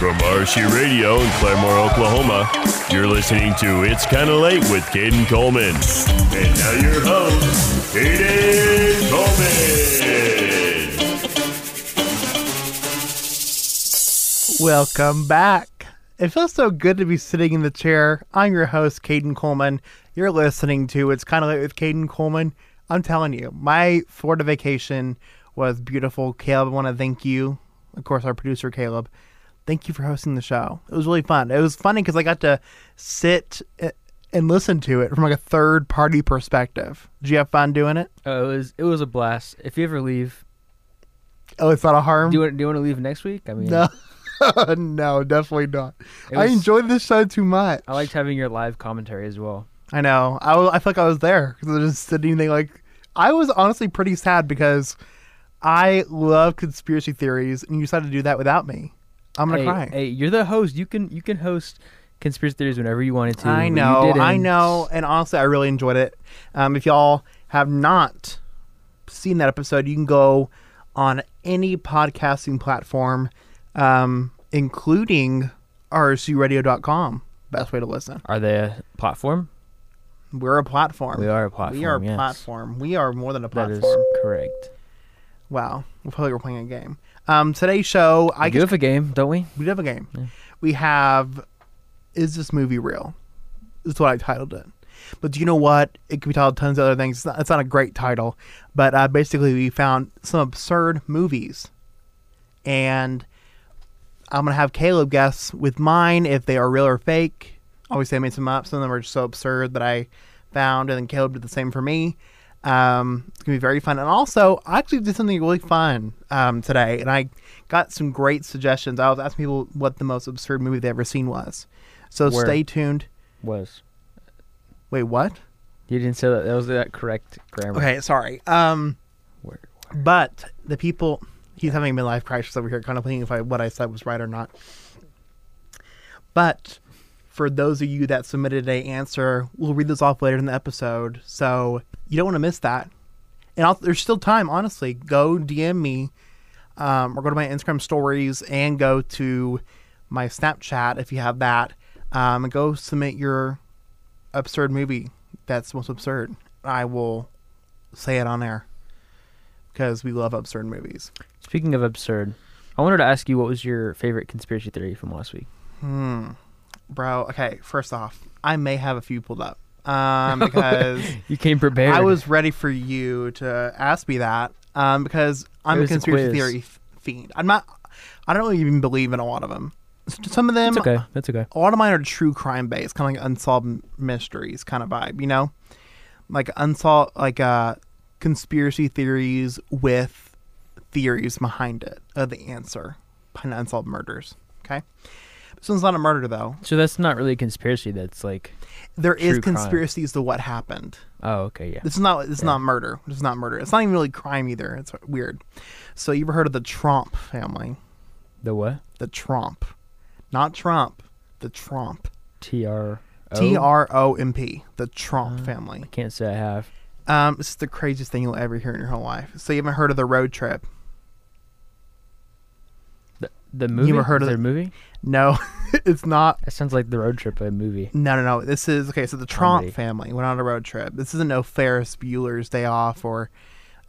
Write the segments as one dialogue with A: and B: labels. A: From RC Radio in Claremore, Oklahoma, you're listening to It's Kinda Late with Caden Coleman. And now your host, Caden Coleman.
B: Welcome back. It feels so good to be sitting in the chair. I'm your host, Caden Coleman. You're listening to It's Kind of Late with Caden Coleman. I'm telling you, my Florida vacation was beautiful. Caleb, I want to thank you. Of course, our producer, Caleb. Thank you for hosting the show. It was really fun. It was funny because I got to sit a- and listen to it from like a third party perspective. Did you have fun doing it?
C: Uh, it was it was a blast. If you ever leave,
B: Oh, it's not a harm.
C: do you want, do you want to leave next week? I mean,
B: no, no, definitely not.
C: It
B: I
C: was-
B: enjoyed this show too much.
C: I liked having your live commentary as well.
B: I know. I, wa- I feel like I was there 'cause I was just sitting there. Like I was honestly pretty sad because I love conspiracy theories, and you decided to do that without me. I'm gonna
C: hey,
B: cry.
C: hey, you're the host. You can you can host conspiracy theories whenever you wanted to. but
B: I
C: you
B: know. I
C: didn't.
B: know. And honestly, I really enjoyed it. Um, if y'all have not seen that episode, you can go on any podcasting platform, um, including rcradio.com. Best way to listen.
C: Are they a platform?
B: We're a platform.
C: We are a platform.
B: We are a
C: yes.
B: platform. We are more than a
C: That is
B: platform.
C: correct.
B: Wow, we feel like we're playing a game. Um, today's show, I
C: I do
B: guess
C: have a game, don't we?
B: we do have a game. We have, is this movie real? Is what I titled it. But do you know what? It could be titled tons of other things. It's not, it's not a great title, but uh, basically we found some absurd movies, and I'm gonna have Caleb guess with mine if they are real or fake. Obviously, I made some up. Some of them are just so absurd that I found, and then Caleb did the same for me. Um, it's gonna be very fun, and also I actually did something really fun um, today, and I got some great suggestions. I was asking people what the most absurd movie they've ever seen was. So
C: Where?
B: stay tuned.
C: Was
B: Wait, what?
C: you didn't say that? That was that correct grammar.
B: Okay, sorry. Um,
C: Word.
B: but the people he's having a midlife crisis over here, kind of thinking if I, what I said was right or not. But for those of you that submitted a answer, we'll read this off later in the episode, so you don't want to miss that. And I'll, there's still time, honestly. Go DM me, um, or go to my Instagram stories, and go to my Snapchat if you have that, um, and go submit your absurd movie that's most absurd. I will say it on air because we love absurd movies.
C: Speaking of absurd, I wanted to ask you what was your favorite conspiracy theory from last week.
B: Bro, okay, first off, I may have a few pulled up um, because
C: You came prepared.
B: I was ready for you to ask me that um, because I'm
C: It
B: a
C: was a
B: conspiracy
C: quiz.
B: theory f- fiend. I'm not, I don't really even believe in a lot of them. Some of them,
C: That's okay. That's okay.
B: a lot of mine are true crime based, kind of like unsolved m- mysteries kind of vibe, you know, like unsolved, like uh, conspiracy theories with theories behind it of the answer behind unsolved murders. Okay, this one's not a murder though.
C: So that's not really a conspiracy. That's like,
B: There is
C: True crime.
B: conspiracies to what happened.
C: oh, okay, yeah.
B: This is not. This is not murder. This is not murder. It's not even really crime either. It's weird. So you ever heard of the Trump family?
C: The what?
B: The Trump, not Trump. The Trump.
C: T R
B: T R O M P. The
C: Uh,
B: Trump family.
C: Can't say I have.
B: Um, this is the craziest thing you'll ever hear in your whole life. So you haven't heard of the road trip?
C: The, the movie.
B: ever heard of
C: Is there
B: the-
C: a movie?
B: No, it's not.
C: That sounds like the road trip a movie.
B: No, no, no. This is okay. So the Trump
C: Comedy.
B: family went on a road trip. This isn't no Ferris Bueller's Day Off or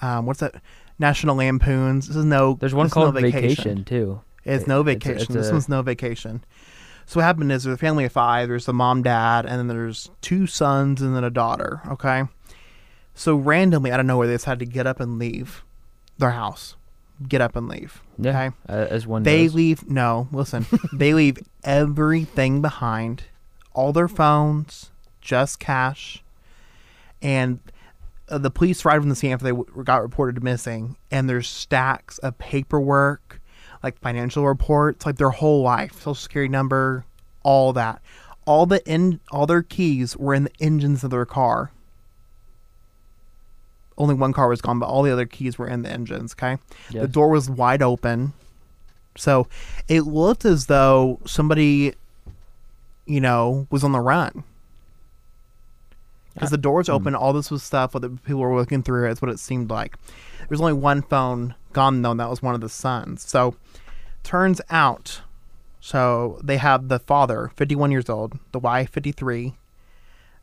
B: um, what's that? National Lampoons. This is no.
C: There's one
B: this is no
C: called vacation. too.
B: It's
C: It-
B: no
C: it's a-
B: vacation.
C: it's
B: this
C: a-
B: one's no vacation. So what happened is there's a family of five. There's the mom, dad, and then there's two sons and then a daughter. Okay. So randomly, I don't know where they decided to get up and leave their house. Get up and leave.
C: Yeah,
B: Okay.
C: uh, as one
B: They
C: does.
B: leave. No, listen. they leave everything behind, all their phones, just cash, and uh, the police arrived on the scene after they w- got reported missing. And there's stacks of paperwork, like financial reports, like their whole life, social security number, all that. All the in, all their keys were in the engines of their car only one car was gone, but all the other keys were in the engines. Okay, the
C: Yes.
B: door was wide open, so it looked as though somebody, you know, was on the run because the door was open. All this was stuff that people were looking through. It's what it seemed like. There was only one phone gone though, and that was one of the sons. So, turns out So they have the father, 51 years old, the wife, 53.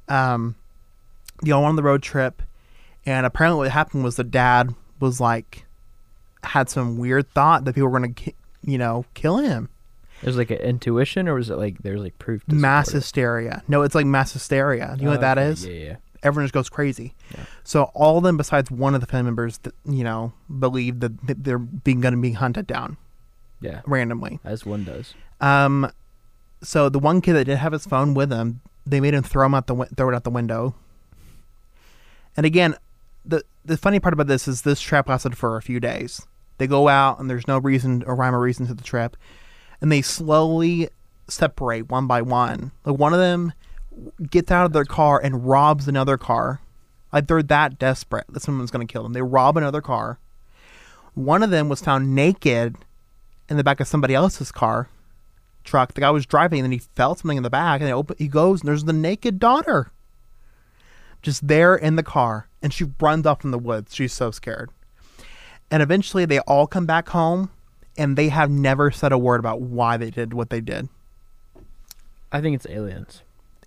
B: Um, they all went on the road trip, and apparently what happened was the dad was like, had some weird thought that people were gonna, ki- you know, kill him.
C: There's like an intuition, or was it like there's like proof? to support
B: Mass
C: it?
B: hysteria. No, it's like mass hysteria. You know what
C: Oh,
B: that
C: okay,
B: is?
C: Yeah, yeah.
B: Everyone just goes crazy.
C: Yeah.
B: So all of them, besides one of the family members, th- you know, believe that th- they're being gonna be hunted down
C: Yeah,
B: randomly.
C: as one does.
B: Um, so the one kid that did have his phone with him, they made him throw him out the win- throw it out the window. And again, the the funny part about this is this trap lasted for a few days. They go out and there's no reason or rhyme or reason to the trip, and they slowly separate one by one. Like one of them gets out of their car and robs another car. Like they're that desperate that someone's going to kill them. They rob another car. One of them was found naked in the back of somebody else's car truck. The guy was driving, and then he felt something in the back, and he, open, he goes, and there's the naked daughter, just there in the car, and she runs off in the woods. She's so scared. And eventually, they all come back home, and they have never said a word about why they did what they did.
C: I think it's aliens.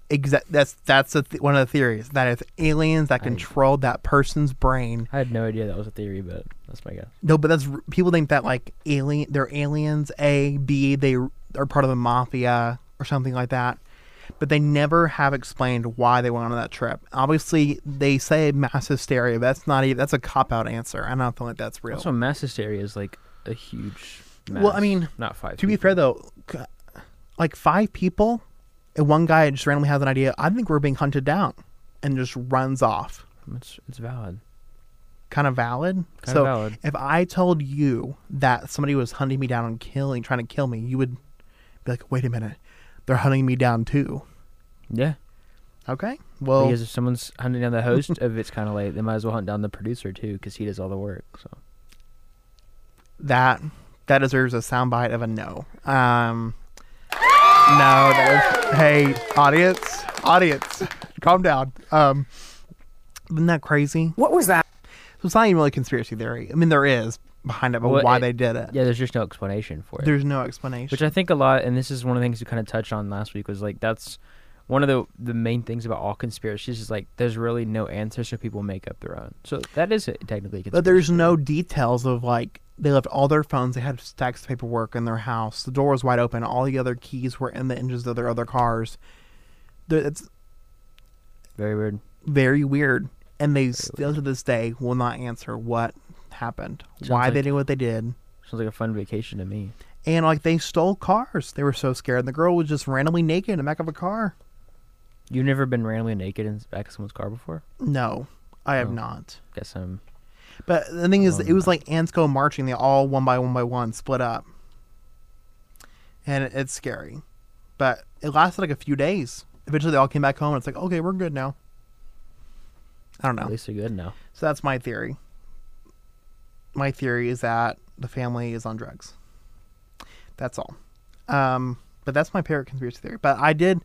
B: Exa- that's that's a th- one of the theories that it's aliens that
C: I-
B: controlled that person's brain.
C: I had no idea that was a theory, but that's my guess.
B: No, but that's r- people think that like alien, they're aliens. A, B, they r- are part of the mafia or something like that. But they never have explained why they went on that trip. Obviously, they say mass hysteria. But that's not even that's a cop out answer. I don't feel like that's real.
C: Also, mass hysteria is like a huge. Mass,
B: Well, I mean,
C: not five.
B: to be
C: people.
B: fair though, c- like five people, and one guy just randomly has an idea. I think we're being hunted down, and just runs off.
C: it's it's valid.
B: kind of valid.
C: Kinda
B: so
C: valid.
B: if I told you that somebody was hunting me down and killing, trying to kill me, you would be like, "Wait a minute, they're hunting me down too."
C: Yeah,
B: Okay. Well,
C: because if someone's hunting down the host of it's kind of late, they might as well hunt down the producer too, because he does all the work. So
B: that that deserves a soundbite of a no. Um, no. That was, hey, audience, audience, calm down. Um, isn't that crazy?
D: What was that?
B: So it's not even really conspiracy theory. I mean, there is behind it, but
C: Well,
B: why
C: it-
B: they did it.
C: yeah, there's just no explanation for it.
B: There's no explanation.
C: which I think a lot, and this is one of the things we kind of touched on last week was like that's one of the the main things about all conspiracies is like there's really no answer, so people make up their own. So that is a- technically, a
B: But there's
C: conspiracy
B: no details of like they left all their phones. They had stacks of paperwork in their house. The door was wide open. All the other keys were in the engines of their other cars. There- It's
C: theory. very weird.
B: very weird, and they still to this day will not answer what happened, why
C: like-
B: they did what they did,
C: Sounds like a fun vacation to me.
B: and like they stole cars. They were so scared. The girl was just randomly naked in the back of a car.
C: You've never been randomly naked in the back of someone's car before?
B: No, I have
C: Oh.
B: not.
C: Guess I'm
B: But the thing is,
C: Alone
B: it was like ants go marching. They all one by one by one split up, and it, it's scary. But it lasted like a few days. Eventually, they all came back home, and it's like, okay, we're good now. I don't
C: at
B: know.
C: least they're good now.
B: So that's my theory. My theory is that the family is on drugs. That's all. Um, but that's my favorite conspiracy theory. But I did,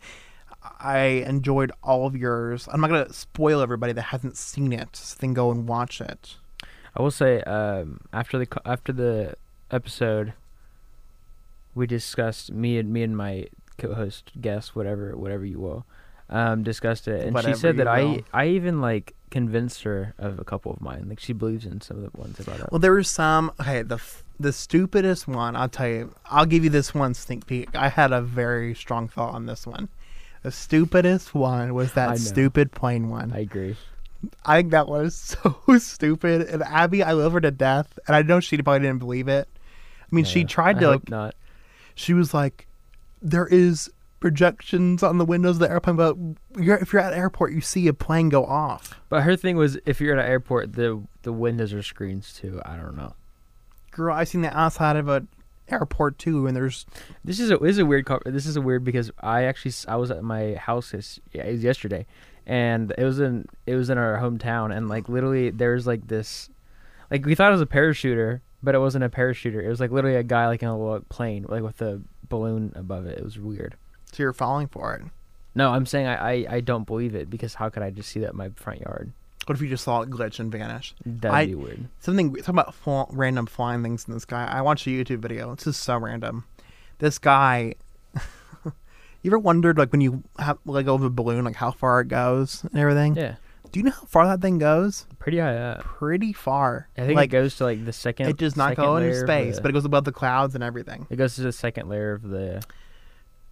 B: I enjoyed all of yours. I'm not gonna spoil everybody that hasn't seen it. So then go and watch it.
C: I will say um, after the co- after the episode, we discussed me and me and my co-host guest, whatever whatever you will, um, discussed it, and
B: Whatever
C: she said
B: you
C: that
B: will.
C: I I even like convinced her of a couple of mine. Like she believes in some of the ones I brought up.
B: Well, there was some. Okay, the f- the stupidest one. I'll tell you. I'll give you this one sneak peek. I had a very strong thought on this one. The stupidest one was
C: I know.
B: that stupid plane one.
C: I
B: I,
C: agree.
B: think that one is so stupid. And Abby, I love her to death, and I know she probably didn't believe it. I mean, she
C: Yeah.
B: tried
C: I
B: to.
C: hope
B: Like,
C: not.
B: she was like, "There is projections on the windows of the airplane, but you're, if you're at an airport, you see a plane go off."
C: But her thing was if you're at an airport, the the windows are screens too. I don't know.
B: Girl, I've seen the outside of an airport too, and there's
C: This is a this is a weird. co- This is a weird because I actually s- I was at my house this, yeah, it was yesterday, and it was in it was in our hometown, and like literally there was like this, like we thought it was a parachuter, but it wasn't a parachuter. It was like literally a guy like in a little plane, like with a balloon above it. It was weird.
B: so you're falling for it.
C: No, I'm saying I I, I don't believe it because how could I just see that in my front yard?
B: What if you just saw it glitch and vanish?
C: That'd
B: I-
C: be weird.
B: Something talking about fl- random flying things in the sky. I watched a YouTube video. It's just so random. this guy. you ever wondered like when you have like over a balloon like how far it goes and everything?
C: Yeah,
B: Do you know how far that thing goes?
C: pretty high up.
B: Pretty far.
C: I think
B: like
C: it goes to like the second.
B: it does not
C: second
B: go into
C: layer of
B: space,
C: the-
B: but it goes above the clouds and everything.
C: it goes to the second layer of the.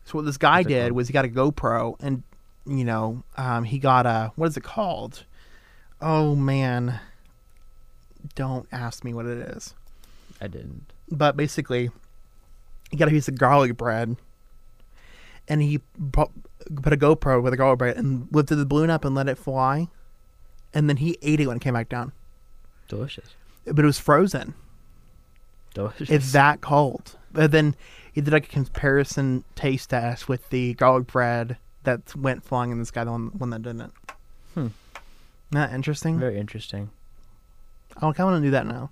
B: So what this guy
C: What's it
B: did
C: called?
B: was he got a GoPro and you know um, he got a what is it called? Oh man, don't ask me what it is.
C: I didn't.
B: But basically, he got a piece of garlic bread and he pu- put a GoPro with a garlic bread and lifted the balloon up and let it fly, and then he ate it when it came back down.
C: Delicious.
B: But it was frozen.
C: Delicious.
B: It's that cold. But then he did like a comparison taste test with the garlic bread that went flying in the sky, the one, one that didn't.
C: Hmm.
B: Not interesting.
C: very interesting.
B: I kind of want to do that now.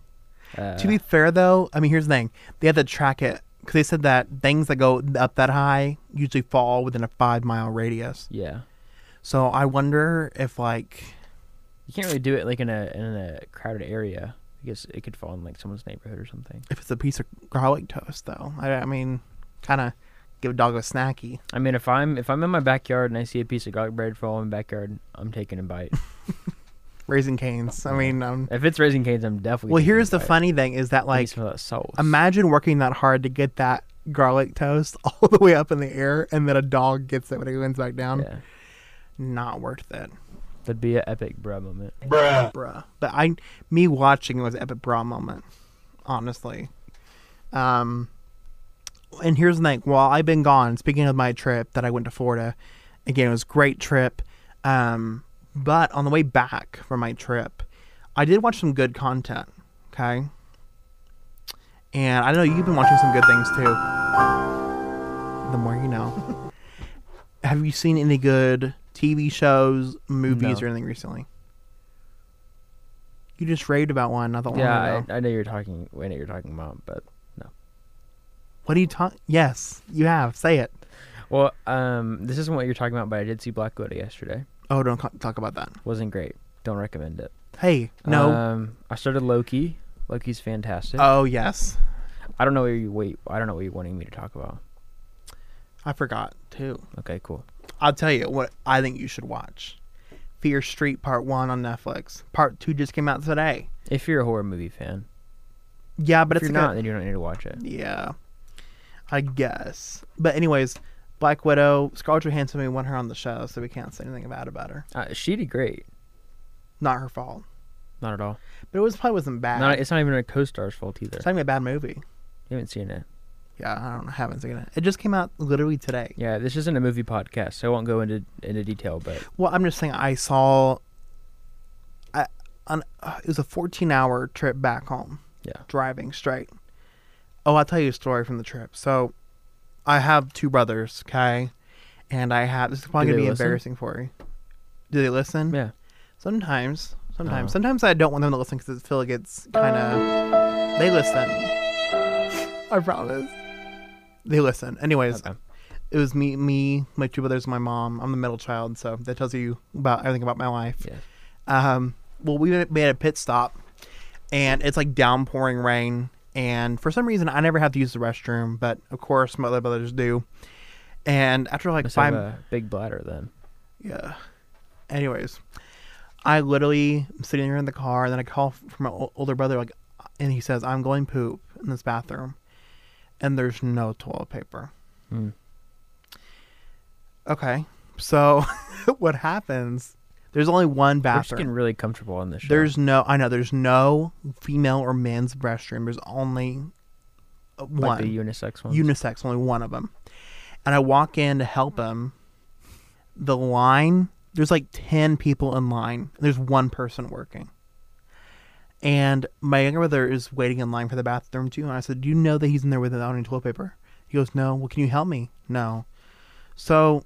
C: Uh,
B: to be fair, though, I mean, here's the thing: they had to track it because they said that things that go up that high usually fall within a five mile radius.
C: yeah,
B: So I wonder if like
C: you can't really do it like in a in a crowded area because it could fall in like someone's neighborhood or something.
B: if it's a piece of garlic toast, though. I, I mean, kind of give a dog a snacky.
C: I mean, if I'm if I'm in my backyard and I see a piece of garlic bread fall in my backyard, I'm taking a bite.
B: Raising canes. I mean, um,
C: if it's raising canes, I'm definitely.
B: well,
C: taking
B: here's
C: a
B: the
C: bite.
B: funny thing: is that
C: At
B: like
C: least for that sauce.
B: Imagine working that hard to get that garlic toast all the way up in the air, and then a dog gets it when it wins back down.
C: yeah,
B: Not worth it,
C: that'd be an epic bruh moment.
B: bruh. But I, me watching it was an epic bra moment, honestly. Um, and here's the thing: while I've been gone, speaking of my trip that I went to Florida, again it was a great trip. Um, but on the way back from my trip, I did watch some good content. Okay. And I know you've been watching some good things too. The more you know. Have you seen any good TV shows, movies,
C: No.
B: or anything recently? You just raved about one not that long
C: Yeah,
B: ago.
C: I, I know you're talking. I know you're talking about, but no.
B: What are you talking? Yes, you have. Say it.
C: Well, um, this isn't what you're talking about, but I did see Black Widow yesterday.
B: Oh, don't co- talk about that.
C: Wasn't great. Don't recommend it.
B: Hey, no.
C: Um, I started Loki. Loki's fantastic.
B: oh, yes.
C: I don't know where you wait. I don't know what you're wanting me to talk about.
B: I forgot too.
C: Okay, cool.
B: I'll tell you what I think you should watch. Fear Street Part 1 on Netflix. Part 2 just came out today.
C: If you're a horror movie fan,
B: Yeah, but
C: if
B: it's
C: you're
B: like a-
C: not, then you don't need to watch it.
B: Yeah, I guess. But anyways, Black Widow, Scarlett Johansson, we want her on the show, so we can't say anything bad about her.
C: Uh, she did great.
B: Not her fault.
C: Not at all.
B: But it was probably wasn't bad.
C: Not, it's not even a co-star's fault either.
B: it's not even a bad movie.
C: You haven't seen it.
B: Yeah, I don't know. Haven't seen it. It just came out literally today.
C: Yeah, this isn't a movie podcast, so I won't go into into detail. But
B: Well, I'm just saying I saw. I on uh, it was a 14 hour trip back home.
C: Yeah.
B: Driving straight. Oh, I'll tell you a story from the trip. So, I have two brothers. Okay, and I have this is probably
C: Do
B: gonna
C: they
B: be
C: listen?
B: embarrassing for you. Do they listen?
C: yeah,
B: Sometimes, sometimes,
C: Oh.
B: sometimes I don't want them to listen because I feel like it's kind of they listen. I promise, they listen. Anyways,
C: Okay.
B: it was me, me, my two brothers, and my mom. I'm the middle child, so that tells you about everything about my life.
C: yeah.
B: Um, well, we made a pit stop, and it's like downpouring rain. And for some reason, I never have to use the restroom, but of course, my other brothers do. And after like
C: Must
B: five,
C: have a big bladder then.
B: yeah. Anyways, I literally am sitting here in the car, and then I call f- from my o- older brother, like, and he says, "I'm going poop in this bathroom," and there's no toilet paper.
C: Hmm.
B: Okay, so what happens? There's only one
C: We're just getting
B: bathroom.
C: really comfortable on this show.
B: There's no, I know, there's no female or men's restroom. There's only uh, one
C: like the unisex one.
B: unisex, only one of them. And I walk in to help him. The line, there's like 10 people in line. There's one person working. And my younger brother is waiting in line for the bathroom too. And I said, Do you know that he's in there without any toilet paper? He goes, No. Well, can you help me? No. So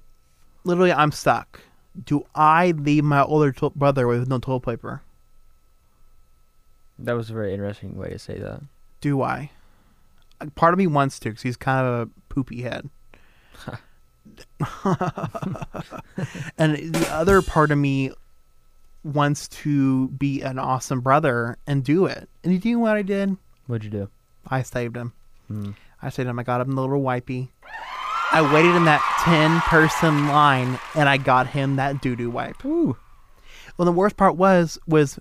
B: literally, I'm stuck. Do I leave my older to- brother with no toilet paper?
C: that was a very interesting way to say that.
B: Do I? Like, Part of me wants to because he's kind of a poopy head. and the other part of me wants to be an awesome brother and do it. And you know what I did?
C: What'd you do?
B: I saved him. I said, "Oh my god, I'm a little wipey." I waited in that ten person line, and I got him that doo doo wipe.
C: Ooh.
B: Well, the worst part was was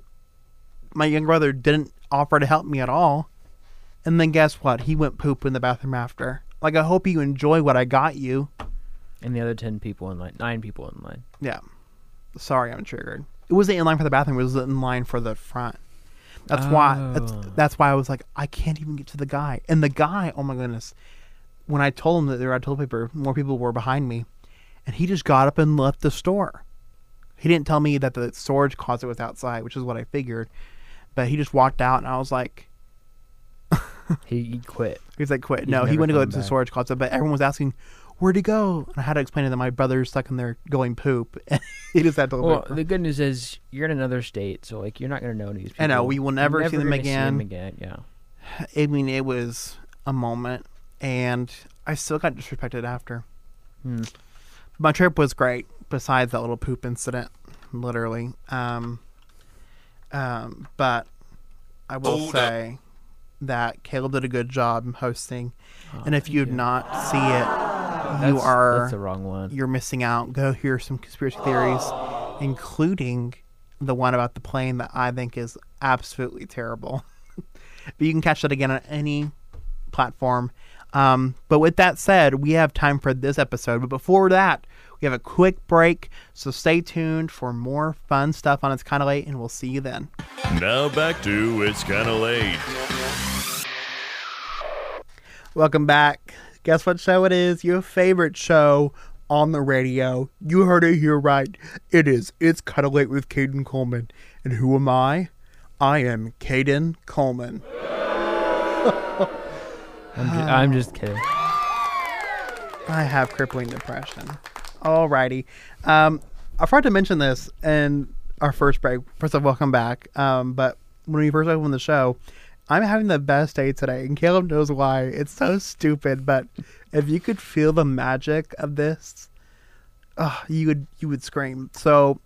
B: my young brother didn't offer to help me at all, and then guess what? He went poop in the bathroom after. Like, I hope you enjoy what I got you.
C: And the other ten people in line, nine people in line.
B: Yeah. Sorry, I'm triggered. It wasn't in line for the bathroom. It was in line for the front. That's why. That's,
C: Oh.
B: that's why I was like, I can't even get to the guy. And the guy, oh my goodness, when I told him that there were toilet paper, more people were behind me, and he just got up and left the store. He didn't tell me that the storage closet was outside, which is what I figured. But he just walked out, and I was like,
C: He, he quit.
B: He's like, quit. no, he
C: never
B: went to go
C: come
B: to the
C: back.
B: storage closet, but everyone was asking, where'd he go? And I had to explain to them my brother's stuck in there going poop. And he just had to
C: Well, the good news is you're in another state, so like you're not gonna know these people.
B: I know, we will
C: You're
B: never see them
C: gonna
B: again.
C: again. Yeah.
B: I mean, it was a moment, and I still got disrespected after.
C: Hmm.
B: My trip was great, besides that little poop incident, literally. Um, um, but I will say that Caleb did a good job hosting, and if you did not see it, you
C: Ah, That's-
B: are
C: That's the wrong one.
B: you're missing out. Go hear some conspiracy theories, including the one about the plane that I think is absolutely terrible. but you can catch that again on any platform. Um, but with that said, we have time for this episode. But before that, we have a quick break. So stay tuned for more fun stuff on It's Kinda Late, and we'll see you then.
A: Now back to It's Kinda Late.
B: Welcome back. Guess what show it is? Your favorite show on the radio. You heard it here right. It is It's Kinda Late with Caden Coleman. And who am I? I am Caden Coleman.
C: I'm just, I'm just kidding.
B: I have crippling depression. Alrighty. Um, I forgot to mention this in our first break. First of all, welcome back. Um, but when we first opened the show, I'm having the best day today, and Caleb knows why. It's so stupid, but if you could feel the magic of this, uh, you would you would scream. So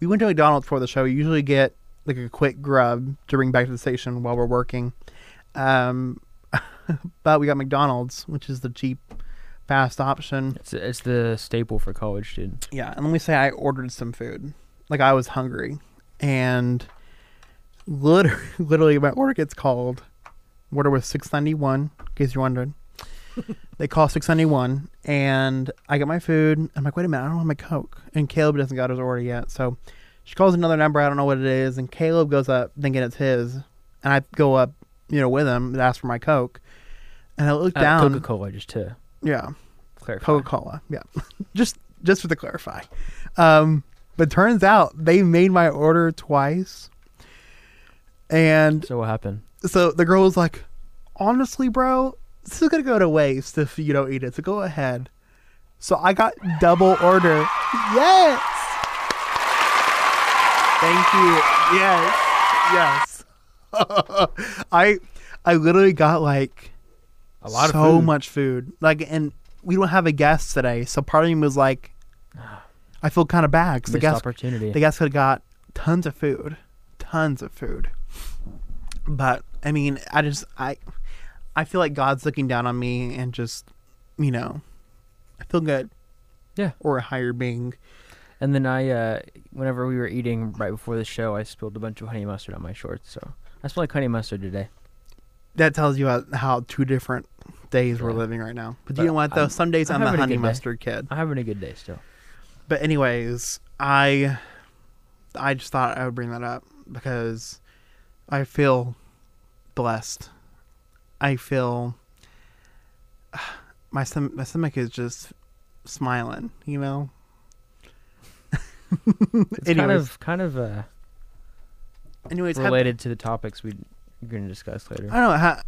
B: we went to McDonald's for the show. We usually get like a quick grub to bring back to the station while we're working. Um, but we got McDonald's, which is the cheap, fast option.
C: It's, it's the staple for college students.
B: Yeah, and let me say I ordered some food. Like I was hungry, and literally, literally my order gets called. Order was six ninety one. In case you're wondering, they call six ninety one, and I get my food. I'm like, wait a minute, I don't have my coke. And Caleb doesn't got his order yet, so she calls another number. I don't know what it is, and Caleb goes up thinking it's his, and I go up, you know, with him and ask for my coke. And I look
C: Uh,
B: down.
C: Coca Cola, just to
B: yeah.
C: clarify.
B: Coca Cola. Yeah, just just for the clarify. Um, but turns out they made my order twice, and
C: So what happened?
B: so the girl was like, "Honestly, bro, this is gonna go to waste if you don't eat it. So go ahead." So I got double order. Yes. Thank you. Yes. Yes. I I literally got like
C: A lot
B: so
C: of food.
B: much food. Like, and we don't have a guest today, so part of me was like, I feel kind of bad because the
C: Missed
B: guest,
C: opportunity.
B: the guest could have got tons of food, tons of food. But I mean, I just I, I feel like God's looking down on me and just, you know, I feel good
C: yeah.
B: or a higher being.
C: And then I, uh, whenever we were eating right before the show, I spilled a bunch of honey mustard on my shorts. So I smell like honey mustard today.
B: That tells you how, how two different days we're living right now. But, do you know what though?
C: I'm-
B: Some days
C: I'm
B: I'm, the
C: having a
B: honey
C: good day.
B: mustard kid.
C: I'm having a good day still.
B: But anyways, I I just thought I would bring that up because I feel blessed. I feel my stom- my stomach is just smiling, you know.
C: It's
B: anyways,
C: kind of kind of uh,
B: anyways, how-
C: related to the topics we we're going to discuss later.
B: I don't know how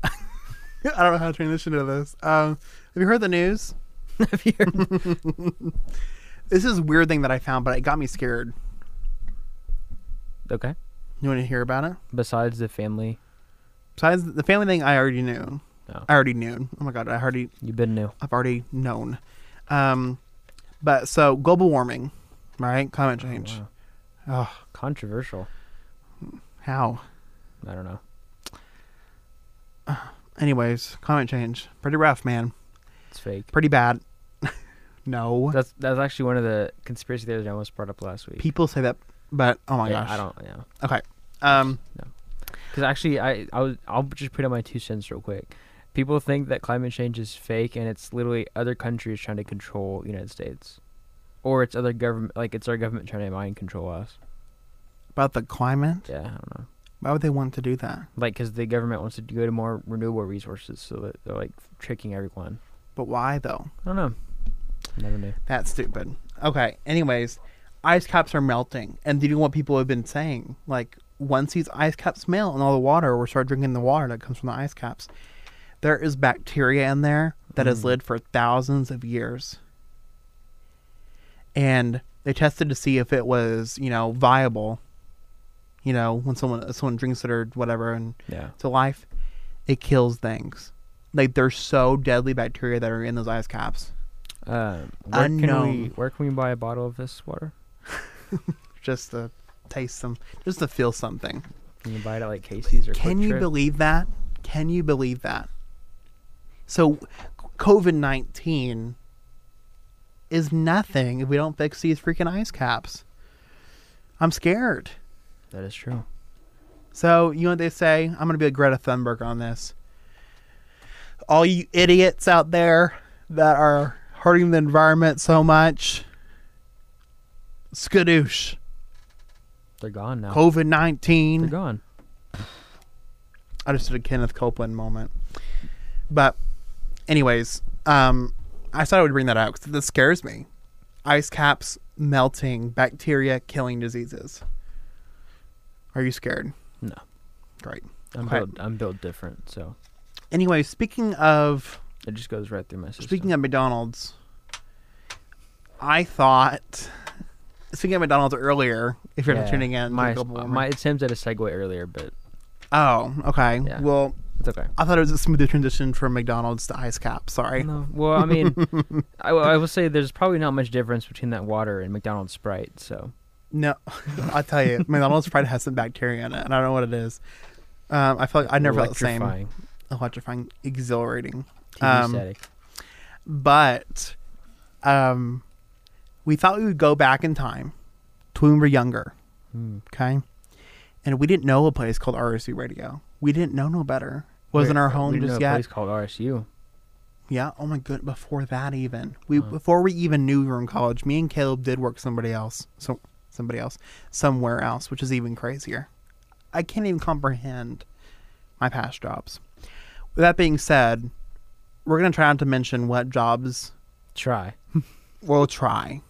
B: I don't know how to transition to this. Um, have you heard the news?
C: If you're-
B: This is a weird thing that I found, but it got me scared.
C: okay.
B: You want to hear about it?
C: Besides the family,
B: Besides the family thing, I already knew.
C: No.
B: I already knew. Oh my god, I already
C: you've been new.
B: I've already known. Um, but so global warming, right? Climate change.
C: Oh, wow.
B: Ugh,
C: Controversial.
B: how?
C: I don't know.
B: Anyways, climate change. Pretty rough, man.
C: It's fake.
B: Pretty bad. no.
C: That's that's actually one of the conspiracy theories I almost brought up last week.
B: People say that, but oh my
C: Yeah,
B: gosh.
C: I don't know.
B: Okay. Um,
C: Because actually, I, I was, I'll just put in my two cents real quick. People think that climate change is fake, and it's literally other countries trying to control the United States, or it's other government, like it's our government trying to mind control us.
B: about the climate.
C: Yeah, I don't know.
B: Why would they want to do that?
C: Like, because the government wants to go to more renewable resources, so that they're like tricking everyone.
B: But why though?
C: I don't know. Never knew.
B: That's stupid. Okay. Anyways, ice caps are melting, and do you know what people have been saying? Like, once these ice caps melt and all the water, we start drinking the water that comes from the ice caps. There is bacteria in there that has lived for thousands of years, and they tested to see if it was, you know, viable. You know, when someone someone drinks it or whatever, and
C: Yeah.
B: to life, it kills things. Like there's so deadly bacteria that are in those ice caps.
C: Um, where can we
B: Unknown.
C: where can we buy a bottle of this water?
B: Just to taste them, just to feel something.
C: Can you buy it at like Casey's or
B: Can
C: Quick
B: you
C: Trip?
B: believe that? Can you believe that? So, COVID nineteen is nothing if we don't fix these freaking ice caps. I'm scared.
C: That is true.
B: So you know what they say? I'm gonna be a Greta Thunberg on this. All you idiots out there that are hurting the environment so much, skadoosh,
C: They're gone now.
B: COVID
C: They're
B: nineteen.
C: gone.
B: I just did a Kenneth Copeland moment. But, anyways, um, I thought I would bring that out because this scares me. Ice caps melting, bacteria killing diseases. Are you scared?
C: No.
B: Great.
C: I'm
B: Okay.
C: built. I'm built different, so
B: Anyway, speaking of
C: it just goes right through my system.
B: Speaking of McDonald's, I thought. Speaking of McDonald's earlier, if you're not
C: Yeah,
B: tuning in,
C: My,
B: to Global warming-
C: my attempt at a segue earlier, but
B: oh, okay.
C: Yeah.
B: Well,
C: it's okay.
B: I thought it was a smoother transition from McDonald's to ice cap. Sorry.
C: No. Well, I mean, I, will- I will say there's probably not much difference between that water and McDonald's Sprite. So
B: No, I'll tell you, McDonald's Sprite has some bacteria in it, and I don't know what it is. Um, I feel like I never felt the same.
C: Electrifying.
B: Electrifying, exhilarating.
C: TV
B: Um,
C: static.
B: but um, we thought we would go back in time to when we were younger.
C: Hmm.
B: Okay. And we didn't know a place called RSC Radio. We didn't know no better. Wasn't
C: Wait,
B: our
C: we
B: home
C: didn't know
B: just
C: a
B: yet.
C: place called RSU.
B: Yeah. Oh my good. Before that, even we before we even knew we were in college, me and Caleb did work somebody else. So somebody else somewhere else, which is even crazier. I can't even comprehend my past jobs. With that being said, we're gonna try not to mention what jobs
C: Try.
B: We'll try.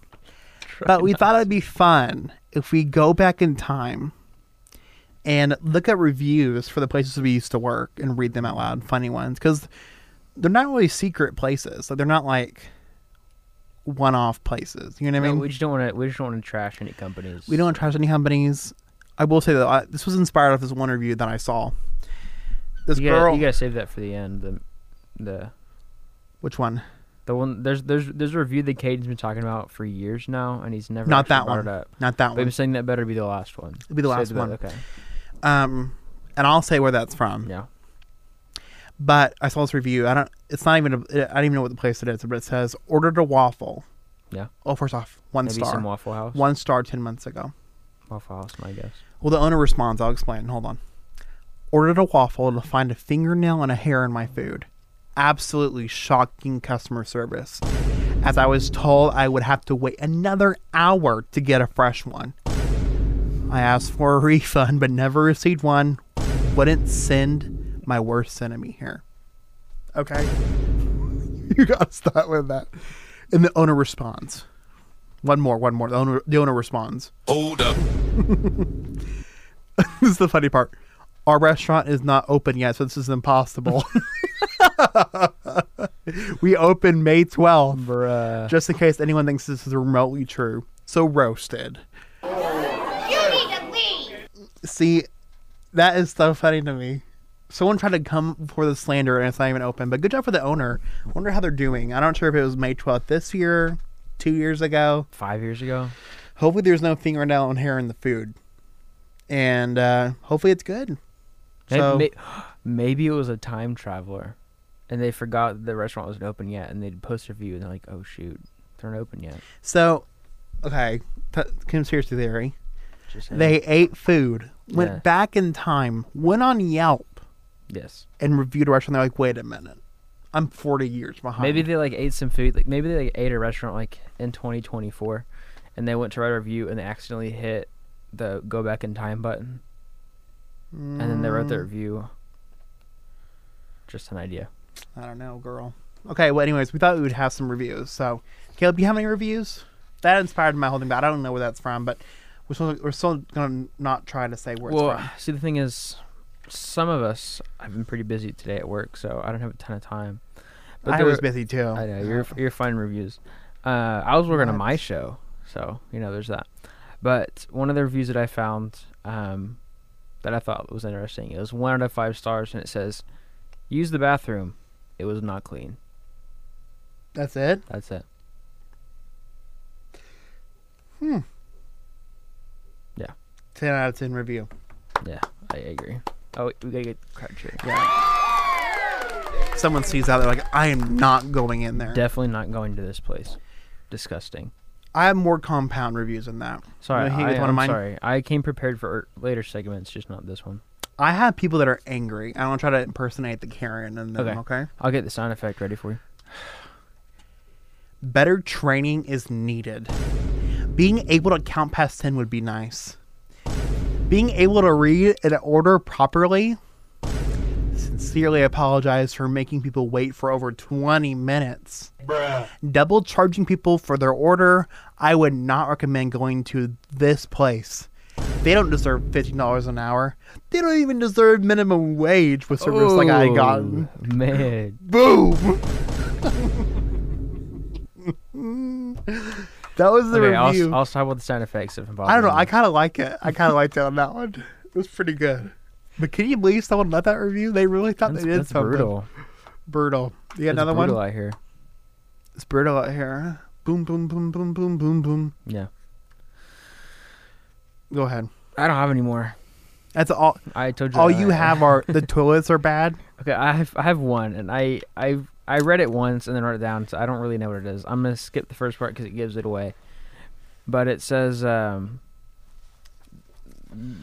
B: But we thought it'd be fun if we go back in time and look at reviews for the places we used to work and read them out loud, funny ones, because they're not really secret places. Like they're not like one-off places. You know what I
C: No,
B: mean?
C: we just don't want to. We just don't want to trash any companies.
B: We don't trash any companies. I will say that I, this was inspired off this one review that I saw. This
C: You
B: girl,
C: gotta, you gotta save that for the end. The, the,
B: which one?
C: the one. There's there's there's a review that Caden's been talking about for years now, and he's never
B: Not
C: actually
B: that
C: brought
B: one.
C: It up.
B: Not that
C: But I'm
B: one.
C: saying that better be the last one.
B: It'll be the
C: Save
B: last
C: that-
B: one.
C: Okay.
B: Um, and I'll say where that's from.
C: Yeah.
B: but I saw this review. I don't. It's not even. A, I don't even know what the place it is, but it says ordered a waffle.
C: Yeah.
B: Oh, first off, one
C: Maybe
B: star.
C: some Waffle House.
B: One star ten months ago.
C: Waffle House, my guess.
B: Well, the owner responds. I'll explain. Hold on. Ordered a waffle to find a fingernail and a hair in my food. Absolutely shocking customer service. As I was told, I would have to wait another hour to get a fresh one. I asked for a refund, but never received one. Wouldn't send my worst enemy here. Okay. you gotta start with that. And the owner responds. One more, one more. The owner, the owner responds.
A: Hold up.
B: this is the funny part. Our restaurant is not open yet, so this is impossible. we open May 12th,
C: Bruh.
B: just in case anyone thinks this is remotely true. So roasted.
D: You need to leave.
B: See, that is so funny to me. Someone tried to come for the slander and it's not even open, but good job for the owner. I wonder how they're doing. I'm not sure if it was May 12th this year, two years ago.
C: Five years ago.
B: Hopefully, there's no fingernail and hair in the food. And uh, hopefully, it's good.
C: May-
B: So-
C: may- maybe, maybe it was a time traveler, and they forgot the restaurant wasn't open yet, and they'd post a review and they're like, oh shoot, they're not open yet.
B: So, okay, t- conspiracy theory.
C: Just saying.
B: They ate food, went
C: Yeah.
B: back in time, went on Yelp,
C: yes.
B: and reviewed a restaurant. They're like, wait a minute, I'm 40 years behind.
C: Maybe they like ate some food. Like maybe they like ate a restaurant like in 2024, and they went to write a review and they accidentally hit the go back in time button, and then they wrote their review. Just an idea.
B: I don't know, girl. Okay, well, anyways, we thought we would have some reviews. So, Caleb, do you have any reviews? That inspired my whole thing. But I don't know where that's from, but we're still, we're still gonna not try to say where
C: well,
B: it's from.
C: see the thing is, some of us I've been pretty busy today at work, so I don't have a ton of time.
B: I
C: there
B: was
C: were-
B: busy too.
C: I know you're you're fine reviews. Uh, I was working on my
B: What?
C: show, so you know there's that. But one of the reviews that I found um, that I thought was interesting, it was one out of five stars, and it says, "Use the bathroom. It was not clean."
B: That's it.
C: That's it.
B: Ten out of ten review.
C: Yeah, I agree. Oh, wait, we gotta get crowd cheer.
B: Someone sees out. They're like, I am not going in there.
C: Definitely not going to this place. Disgusting.
B: I have more compound reviews than that.
C: Sorry,
B: Wanna hit
C: I,
B: with one of
C: am
B: mine?
C: sorry. I came prepared for er- later segments, just not this one.
B: I have people that are angry. I don't try to impersonate the Karen and them.
C: Okay.
B: Okay.
C: I'll get the sound effect ready for you.
B: Better training is needed. Being able to count past 10 would be nice. Being able to read and order properly. Sincerely apologize for making people wait for over 20 minutes. Double charging people for their order. I would not recommend going to this place. They don't deserve $15 an hour. They don't even deserve minimum wage with service like I got.
C: Oh, Man,
B: Boom! that was the
C: okay,
B: review.
C: I'll, I'll stop with the sound effects if
B: I don't know. I kind of like it. I kind of liked it on that one. It was pretty good. But can you believe someone left that review? They really thought
C: that's,
B: they did
C: that's
B: something
C: brutal.
B: Brutal. You got
C: That's
B: another
C: brutal
B: one?
C: out here.
B: It's brutal out here. Boom, boom, boom, boom, boom, boom, boom.
C: Yeah,
B: Go ahead.
C: I don't have any more.
B: That's all.
C: I told you
B: All
C: that.
B: Oh, you have are the toilets are bad.
C: Okay, I have I have one, and I I I read it once and then wrote it down, so I don't really know what it is. I'm gonna skip the first part because it gives it away. But it says, um,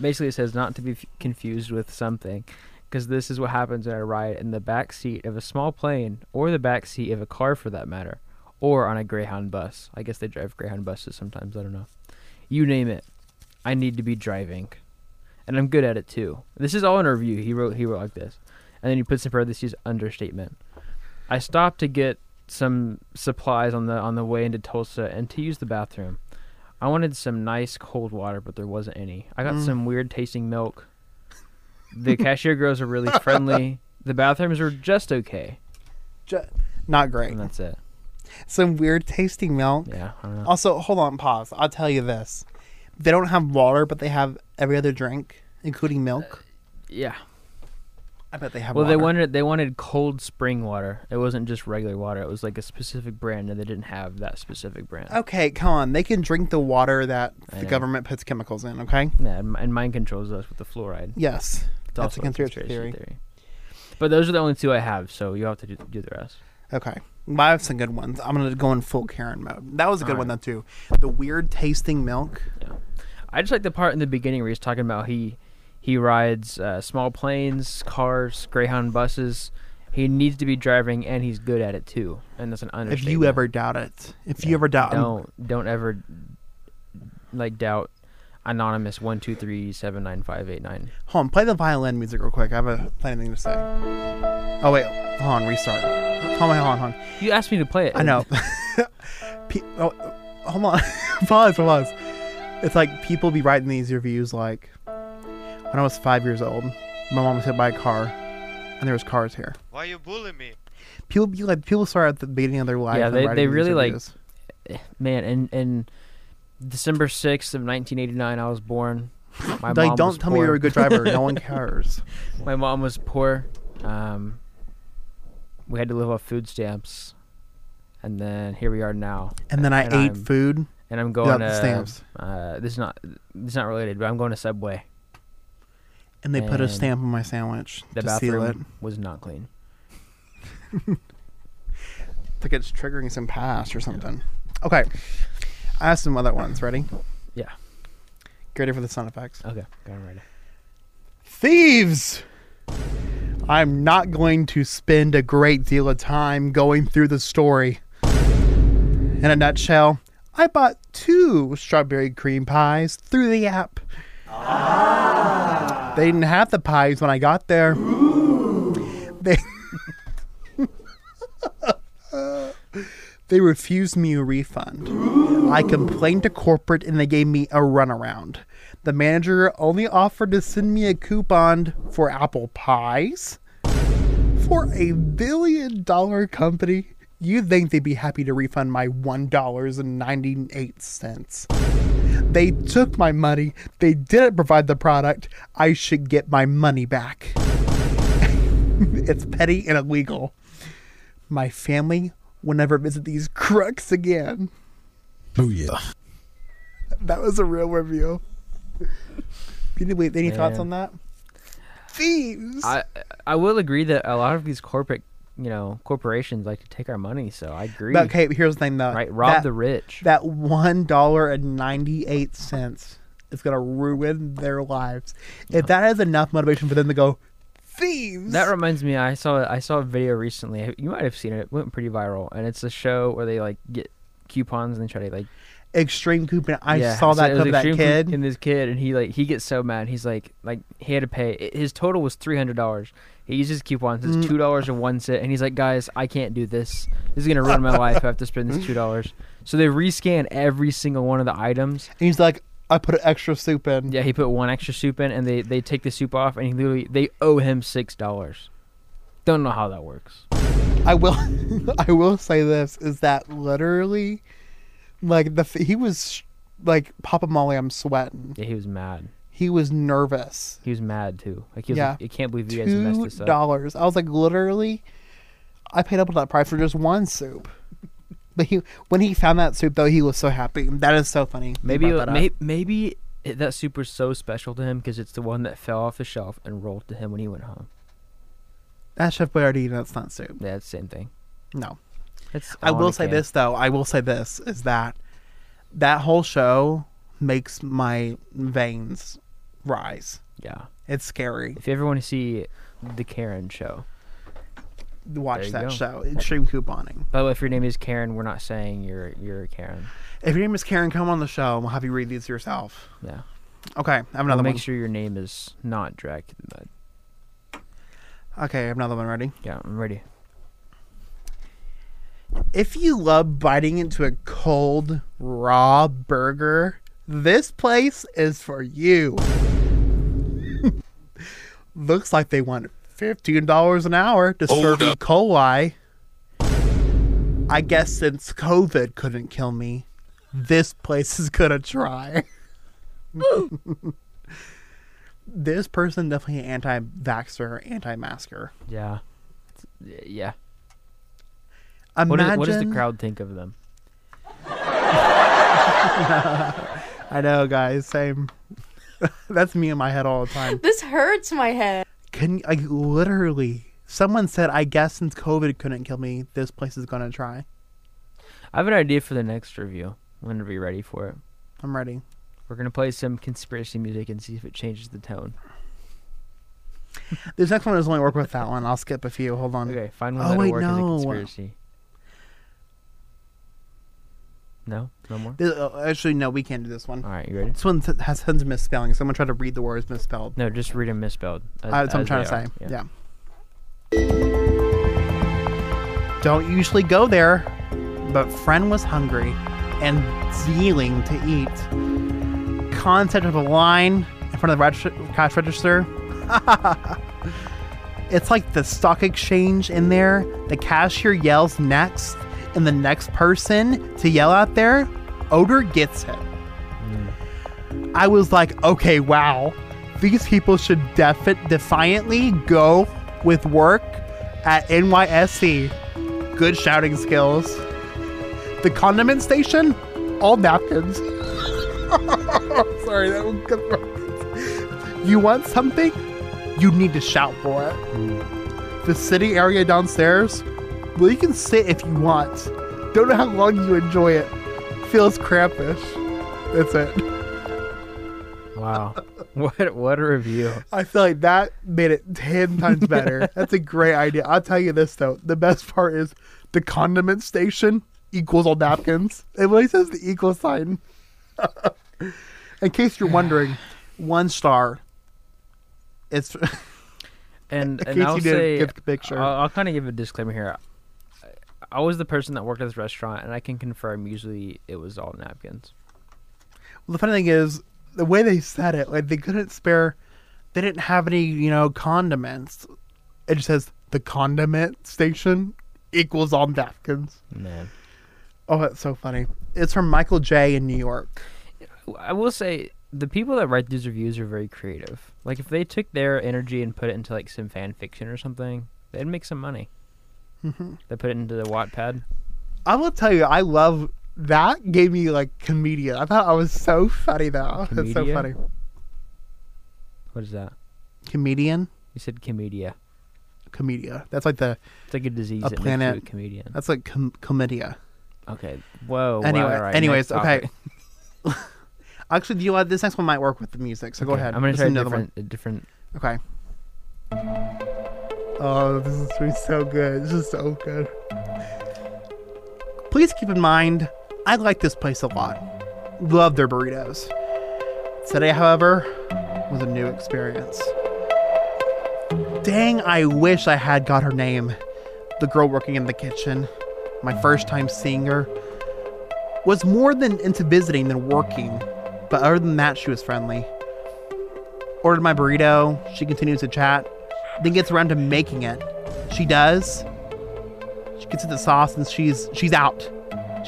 C: basically, it says not to be f- confused with something, because this is what happens in a ride in the back seat of a small plane, or the back seat of a car for that matter, or on a Greyhound bus. I guess they drive Greyhound buses sometimes. I don't know. You name it, I need to be driving, and I'm good at it too. This is all in a review. He wrote he wrote like this and then he puts in parentheses understatement. I stopped to get some supplies on the on the way into Tulsa and to use the bathroom. I wanted some nice cold water, but there wasn't any. I got some weird tasting milk. The cashier girls are really friendly. The bathrooms are just okay,
B: Ju- Not great.
C: and that's it.
B: Some weird tasting milk.
C: Yeah, I don't know.
B: Also, hold on, pause. I'll tell you this. They don't have water, but they have every other drink, including milk.
C: Yeah.
B: I bet they have
C: Uh, Well,
B: water.
C: they wanted they wanted cold spring water. It wasn't just regular water. It was like a specific brand, and they didn't have that specific brand.
B: Okay, come on. They can drink the water that
C: I
B: the
C: know.
B: government puts chemicals in, okay?
C: Yeah, and, and mine controls us with the fluoride.
B: Yes.
C: It's
B: That's
C: also
B: a conspiracy, theory.
C: But those are the only two I have, so you have to do, do the rest.
B: Okay. Well, I have some good ones. I'm going to go in full Karen mode. That was a good one, though, too. The weird tasting milk.
C: I just like the part in the beginning where he's talking about he he rides uh, small planes, cars, Greyhound buses. He needs to be driving, and he's good at it too. And that's an
B: If
C: understatement.
B: you ever doubt it, if you ever doubt
C: don't don't ever like doubt anonymous one two three seven nine five eight nine.
B: Hold on, play the violin music real quick. I have a funny thing to say. Oh, wait. Hold on, restart. Hold on, hold on, hold on.
C: You asked me to play it.
B: I know. Pe- oh, hold on. pause, pause. It's like people be writing these reviews like, when I was five years old, my mom was hit by a car, and there was cars here.
E: Why you bullying me?
B: People be like, people start at the beginning of their life.
C: Yeah,
B: and
C: they-
B: writing
C: they
B: these
C: really, like-
B: reviews.
C: man. And and December sixth of nineteen eighty nine, I was born. My
B: Like,
C: mom
B: don't
C: was
B: tell me you're
C: poor.
B: a good driver. no one cares.
C: My mom was poor. Um, we had to live off food stamps, and then here we are now.
B: And then I
C: And
B: ate
C: I'm-
B: food.
C: And I'm
B: Without
C: going
B: the
C: to
B: stamps.
C: Uh, this is not this is not related, but I'm going to Subway.
B: and they put a
C: And-
B: stamp on my sandwich
C: The
B: to seal it.
C: bathroom was not clean.
B: It's like it's triggering some past or something. Okay, I have some other ones. Ready?
C: Yeah.
B: Get ready for the sound effects.
C: Okay. Got it right.
B: Thieves! I'm not going to spend a great deal of time going through the story. In a nutshell, I bought two strawberry cream pies through the app. They didn't have the pies when I got there. They They refused me a refund. I complained to corporate and they gave me a runaround. The manager only offered to send me a coupon for apple pies. For a billion dollar company, you'd think they'd be happy to refund my $1.98. They took my money, they didn't provide the product. I should get my money back. it's petty and illegal. My family will never visit these crooks again.
E: Oh yeah.
B: That was a real review. Any, wait, any thoughts
C: Man.
B: on that? Thieves.
C: I I will agree that a lot of these corporate you know corporations like to take our money. So I agree.
B: But, okay, but here's the thing though.
C: Right. Rob
B: that,
C: the rich.
B: That one dollar and ninety eight cents is gonna ruin their lives. If that is enough motivation for them to go, thieves.
C: That reminds me, I saw I saw a video recently. You might have seen it. It went pretty viral, and it's a show where they like get coupons and they try to like.
B: extreme coupon. I
C: yeah,
B: saw
C: so
B: that
C: it was
B: clip of that
C: extreme
B: kid.
C: coup- and this kid, and he like he gets so mad. He's like like he had to pay. i- His total was three hundred dollars. He uses coupons.
B: Mm.
C: It's two dollars and one cent, and he's like, guys, I can't do this. This is gonna ruin my life. I have to spend this two dollars. So they rescan every single one of the items.
B: and he's like, I put an extra soup in.
C: Yeah, he put one extra soup in, and they they take the soup off, and he literally they owe him six dollars. Don't know how that works.
B: I will I will say this is that literally like the f- he was like Papa Molly I'm sweating.
C: Yeah, he was mad.
B: He was nervous.
C: He was mad too. Like he was
B: Yeah.
C: like, I can't believe you guys messed
B: Two
C: this up.
B: dollars. I was like literally I paid up that price for just one soup. But he when he found that soup though he was so happy. That is so funny. They
C: Maybe
B: brought that up.
C: may, maybe it- that soup was so special to him because it's the one that fell off the shelf and rolled to him when he went home.
B: that's Chef Boyardee, that's not soup.
C: Yeah, it's the same thing.
B: No.
C: That's
B: I
C: all in
B: will
C: a
B: say
C: can.
B: this though. I will say this is that that whole show makes my veins rise.
C: Yeah,
B: It's scary.
C: if you ever want to see the Karen show, There
B: watch
C: you
B: that
C: go.
B: show. Extreme couponing.
C: by the way, if your name is Karen, we're not saying you're you're a Karen.
B: If your name is Karen, come on the show. and We'll have you read these yourself.
C: Yeah,
B: Okay, I have
C: But
B: another
C: make
B: one.
C: sure your name is not dragged. in the mud.
B: Okay, I have another one ready.
C: Yeah, I'm ready.
B: If you love biting into a cold, raw burger, this place is for you. Looks like they want $15 an hour to serve E. coli. I guess since COVID couldn't kill me, this place is gonna try. this person definitely an anti-vaxxer, anti-masker.
C: Yeah, It's- yeah.
B: Imagine
C: What, is, what does the crowd think of them?
B: I know, guys. Same. That's me in my head all the time.
F: This hurts my head.
B: Can like literally? Someone said, "I guess since COVID couldn't kill me, this place is gonna try."
C: I have an idea for the next review. Whenever you're ready for it,
B: I'm ready.
C: we're gonna play some conspiracy music and see if it changes the tone.
B: This next one is only work with that one. I'll skip a few. Hold on.
C: Okay, find one
B: Oh,
C: that'll
B: wait,
C: work as a
B: no.
C: conspiracy. No, no more.
B: This, uh, actually, no, we can't do this one.
C: All right, you ready?
B: This one th- has tons of misspelling. Someone try to read the words misspelled.
C: No, just read them misspelled. as-
B: Uh, That's what I'm
C: as
B: trying
C: they
B: to say.
C: are.
B: Yeah. Don't usually go there, but friend was hungry and zealing to eat. Concept of a line in front of the reg- cash register. it's like the stock exchange in there. The cashier yells next, and the next person to yell out there, odor gets it. I was like, okay, wow. These people should defi- defiantly go with work at NYSC. E. Good shouting skills. The condiment station, all napkins. Sorry, that was good. You want something? you need to shout for it. The sitting area downstairs, well, you can sit if you want. Don't know how long you enjoy it. Feels crampish. That's it.
C: Wow. what what a review.
B: I feel like that made it 10 times better. That's a great idea. I'll tell you this, though. The best part is the condiment station equals all napkins. It really says the equal sign. In case you're wondering, one star. It's.
C: And,
B: case
C: and I'll
B: you didn't
C: say,
B: get the picture.
C: I'll, I'll kind of give a disclaimer here. I- I was the person that worked at this restaurant, and I can confirm. Usually, it was all napkins.
B: Well, the funny thing is the way they said it. Like they couldn't spare. They didn't have any, you know, condiments. It just says the condiment station equals all napkins.
C: Man,
B: Oh, that's so funny. It's from Michael J. in New York.
C: I will say the people that write these reviews are very creative. Like if they took their energy and put it into like some fan fiction or something, they'd make some money.
B: Mm-hmm.
C: They put it into the Wattpad.
B: I will tell you, I love that. Gave me like comedian. I thought I was so funny though. That's so
C: Comedian?
B: funny.
C: What is that?
B: Comedian,
C: You said comedia.
B: comedia. That's like the.
C: It's like a disease
B: A
C: that
B: planet.
C: makes you a comedian.
B: That's like com- comedia.
C: Okay. Whoa. Oh, wow,
B: Anyway,
C: all right,
B: anyways,
C: next
B: okay.
C: topic.
B: Actually, do you want this next one might work with the music? So go
C: Okay,
B: ahead.
C: I'm gonna
B: Let's
C: try a
B: do another one.
C: different, a different.
B: Okay. Oh, this is gonna be so good. This is so good. Please keep in mind, I like this place a lot. Love their burritos. Today, however, was a new experience. Dang, I wish I had got her name. The girl working in the kitchen, my first time seeing her, was more than into visiting than working, but other than that, she was friendly ordered my burrito. She continues to chat, then gets around to making it. She does. She gets at the sauce and she's she's out.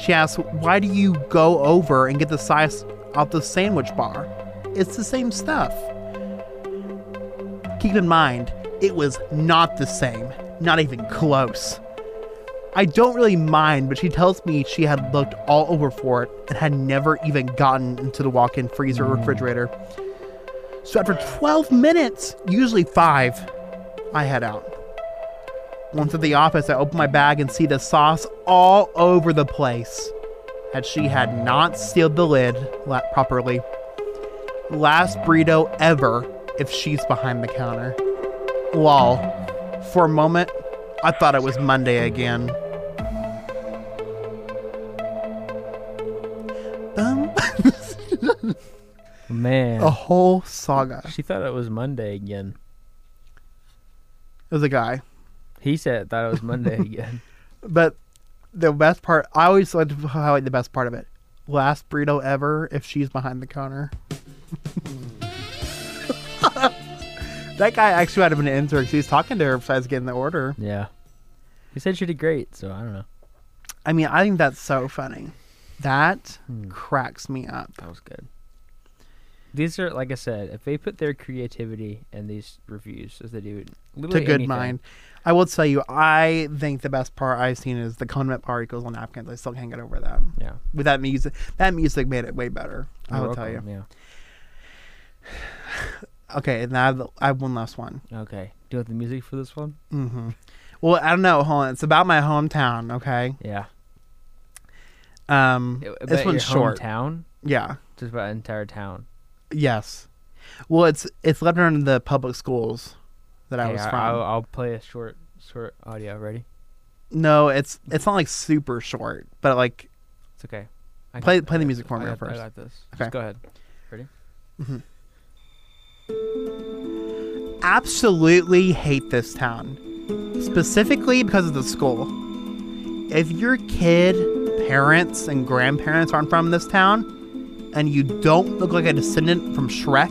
B: She asks, "Why do you go over and get the sauce off the sandwich bar? It's the same stuff." Keep in mind, it was not the same, not even close. I don't really mind, but she tells me she had looked all over for it and had never even gotten into the walk-in freezer or refrigerator. So after 12 minutes, usually five, I head out. Once at the office, I open my bag and see the sauce all over the place. Had she had not sealed the lid la- properly. Last burrito ever if she's behind the counter. Lol. For a moment, I thought it was Monday again. Um,
C: Man.
B: a whole saga.
C: She thought it was Monday again.
B: It was a guy.
C: He said thought it was Monday again.
B: But the best part, I always like to highlight the best part of it. Last burrito ever if she's behind the counter. that guy actually might have been an intern 'cause he was talking to her besides getting the order.
C: Yeah. He said she did great, so I don't know.
B: I mean, I think that's so funny. That
C: Hmm.
B: cracks me up.
C: That was good. These are like I said, if they put their creativity in these reviews as they do
B: To
C: literally
B: good
C: anything,
B: mind. I will tell you, I think the best part I've seen is the condiment part equals on napkins. I still can't get over that.
C: Yeah.
B: With that music, that music made it way better. I
C: You're
B: will tell you.
C: welcome,
B: Okay, and I have, I have one last one.
C: Yeah. Okay. Do you want the music for this one?
B: Mm-hmm. Well, I don't know. Hold on. It's about my hometown. Okay.
C: Yeah.
B: Um,
C: It-
B: this
C: about
B: one's
C: your
B: short.
C: Hometown?
B: Yeah.
C: Just about an entire town.
B: Yes. Well, it's it's left in the public schools that I
C: Okay,
B: was
C: I-
B: from.
C: I'll, I'll play a short short audio. Ready?
B: no, it's it's not like super short, but like
C: It's okay. I
B: Play-
C: got-
B: play the
C: I got-
B: music for
C: I
B: me
C: got-
B: first.
C: I got this.
B: Okay.
C: Just go ahead. Ready?
B: absolutely hate this town, specifically because of the school. If your kid, parents, and grandparents aren't from this town, and you don't look like a descendant from Shrek,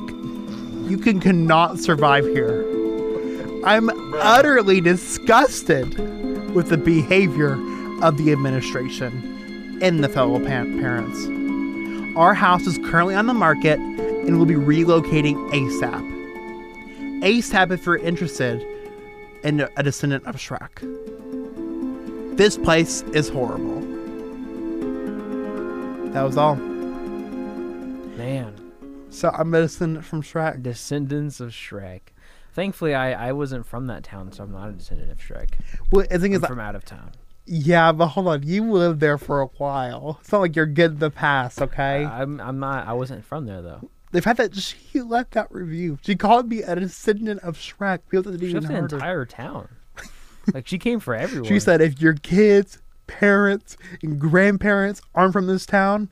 B: you can cannot survive here. I'm utterly disgusted with the behavior of the administration and the fellow pa- parents. Our house is currently on the market and will be relocating ASAP. ASAP if you're interested in a descendant of Shrek. This place is horrible. That was all.
C: Man,
B: So I'm a descendant from Shrek.
C: descendants of Shrek. Thankfully, I, I wasn't from that town, so I'm not a descendant of Shrek.
B: Well, the thing
C: I'm
B: is, like,
C: from out of town.
B: yeah, but hold on, you lived there for a while. It's not like you're good in the past, okay?
C: I'm I'm not. Uh, I wasn't from there though.
B: They've had that. She left that review. She called me a descendant of Shrek. People didn't
C: She
B: even
C: left the
B: heard her.
C: entire town. like she came for everyone.
B: She said, if your kids, parents, and grandparents aren't from this town,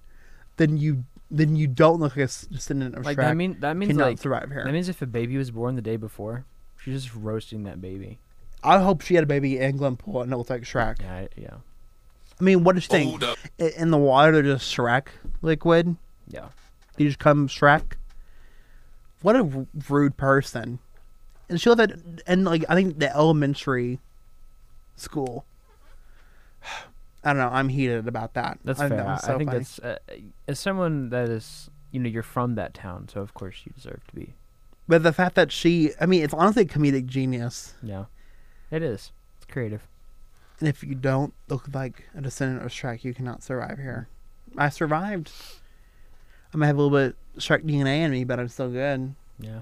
B: then you then you don't look like a s- descendant of
C: like
B: Shrek.
C: that mean that means
B: cannot
C: like
B: survive here.
C: that means if a baby was born the day before, she's just roasting that baby.
B: I hope she had a baby in Glenpool and it looked like Shrek.
C: Yeah, I- yeah,
B: I mean, what do you think? I- In the water, there's just Shrek liquid.
C: yeah.
B: You just come Shrek. What a r- rude person. And she left that, and like I think the elementary school. I don't know. I'm heated about that.
C: That's
B: I,
C: fair.
B: that
C: I,
B: was so
C: I think
B: funny.
C: that's uh, as someone that is you know you're from that town, so of course you deserve to be.
B: But the fact that she, I mean, it's honestly comedic genius.
C: Yeah, it is. It's creative.
B: And if you don't look like a descendant of Shrek, you cannot survive here. I survived. I may have a little bit Shrek DNA in me, but I'm still good.
C: Yeah,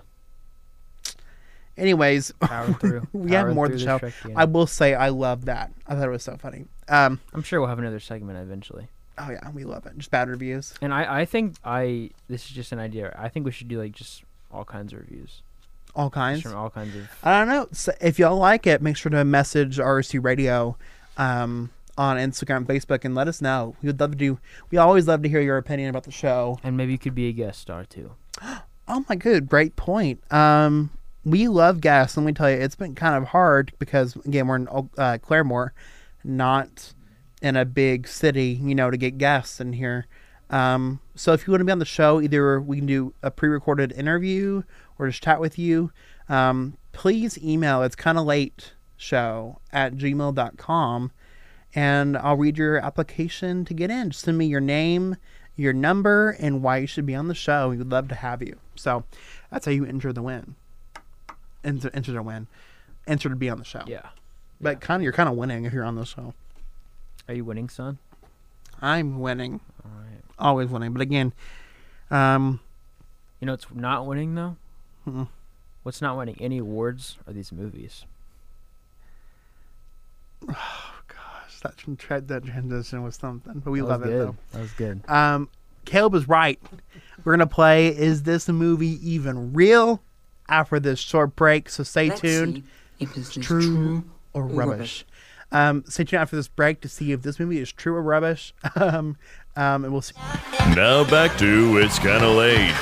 B: Anyways,
C: power through.
B: we have
C: Powering
B: more of the
C: through
B: show.
C: Shrek DNA.
B: I will say I love that. I thought it was so funny. Um,
C: I'm sure we'll have another segment eventually.
B: oh yeah, we love it. Just bad reviews.
C: And I, I think I this is just an idea. I think we should do like just all kinds of reviews
B: All
C: Just
B: kinds.
C: from all kinds of.
B: I don't know. So if y'all like it, make sure to message RSC Radio um, on Instagram, Facebook, and let us know. We would love to do. We always love to hear your opinion about the show.
C: And maybe you could be a guest star too.
B: Oh my good, great point. Um, we love guests. Let me tell you, it's been kind of hard because again, we're in uh, Claremore, not in a big city, you know, to get guests in here. Um, so if you want to be on the show, either we can do a pre-recorded interview or just chat with you. Um, please email. It's kind of late show at gmail.com and I'll read your application to get in. Just send me your name, your number, and why you should be on the show. We would love to have you. So that's how you enter the win. Enter, enter the win. Enter to be on the show.
C: Yeah.
B: But kind of, you're kind of winning if you're on the show.
C: Are you winning, son?
B: I'm winning,
C: All right.
B: always winning. But again, um,
C: You know, it's not winning though. What's not winning any awards are these movies.
B: gosh, that, tra- that transition was something. But we
C: That was
B: love it
C: good.
B: though.
C: That was good.
B: Um, Caleb is right. We're gonna play "Is This Movie Even Real?" after this short break. So stay
E: Let's
B: tuned.
E: see if it's
B: true,
E: true
B: or
E: or
B: rubbish. Um, stay tuned after this break to see if this movie is true or rubbish. Um, um, and we'll see.
A: Now back to It's Kinda Late.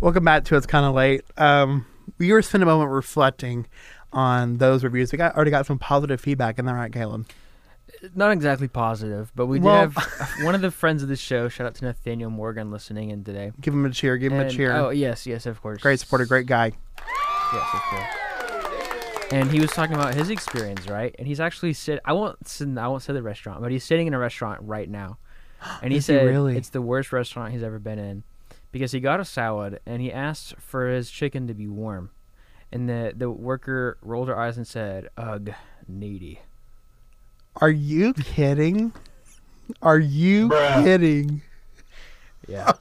B: Welcome back to It's Kind of Late. Um, we were spending a moment reflecting on those reviews. We got already got some positive feedback, and that right, Caleb.
C: Not exactly positive, but we did
B: Well-
C: have one of the friends of the show. Shout out to Nathaniel Morgan listening in today.
B: Give him a cheer. Give him
C: And-
B: a cheer.
C: Oh yes, yes, of course.
B: great supporter, great guy.
C: Yes, of course. And he was talking about his experience, right? And he's actually sit. I won't. sit- I won't say the restaurant, but he's sitting in a restaurant right now, and he
B: Is he
C: said
B: really?
C: it's the worst restaurant he's ever been in, because he got a salad and he asked for his chicken to be warm, and the the worker rolled her eyes and said, "Ugh, needy."
B: Are you kidding? Are you kidding?
C: Yeah.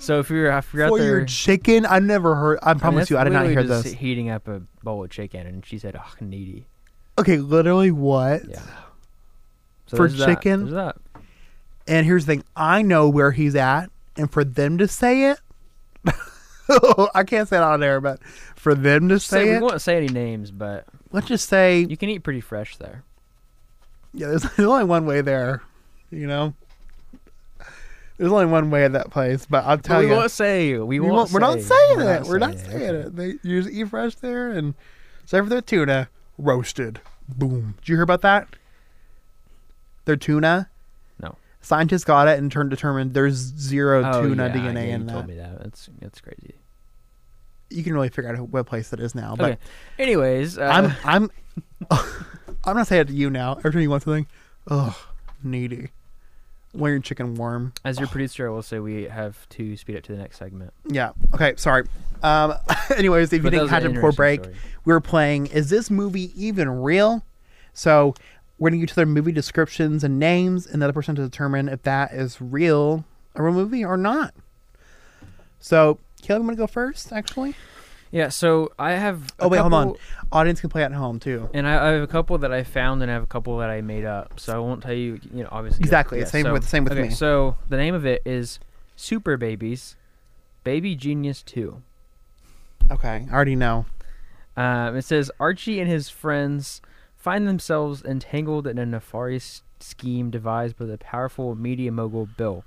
C: so if you're if you're out
B: For
C: there,
B: your chicken? I never heard. I
C: I mean,
B: promise
C: that's
B: you, I did not hear
C: literally
B: this.
C: just Heating up a bowl of chicken, and she said, "Ugh, needy."
B: Okay, literally what?
C: Yeah. So
B: For
C: there's that-
B: chicken?
C: there's that.
B: And here's the thing I know where he's at, and for them to say it, I can't say it on air, but for them to
C: Say,
B: say
C: we
B: it,
C: won't say any names, but
B: let's just say,
C: you can eat pretty fresh there.
B: yeah, there's, there's only one way there, you know? There's only one way at that place, but I'll tell
C: we
B: you.
C: won't say.
B: we
C: We,
B: won't-
C: won't.
B: we're not
C: say.
B: saying
C: We're
B: it.
C: not
B: we're not
C: saying it,
B: saying
C: okay.
B: it. They use eat fresh there, and except for their tuna, roasted. Boom. Did you hear about that? Their tuna?
C: No.
B: Scientists got it and turned determined there's zero
C: Oh,
B: tuna
C: yeah,
B: DNA
C: yeah, you
B: in that.
C: told me that. That's that's crazy.
B: you can really figure out who- what place that is now. But
C: Okay. Anyways, uh,
B: I'm I'm I'm not saying it to you now. Every time you want something, ugh, needy. When your chicken warm.
C: as your producer, I will say we have to speed up to the next segment.
B: Yeah. Okay. Sorry. Um. anyways, if
C: But that
B: you didn't
C: was an
B: catch it before
C: interesting
B: break,
C: story.
B: we were playing. Is this movie even real? So we're gonna get to their movie descriptions and names, and the other person to determine if that is real, a real movie or not. So Caleb, you want to go first? Actually.
C: Yeah, so I have. a
B: Oh wait, hold on.
C: couple-
B: Audience can play at home too.
C: And I, I have a couple that I found, and I have a couple that I made up. So I won't tell you. You know, obviously.
B: Exactly, same with- same with
C: okay,
B: me.
C: So the name of it is Super Babies, Baby Genius Two.
B: Okay, I already know.
C: Um, it says Archie and his friends find themselves entangled in a nefarious scheme devised by the powerful media mogul Bill.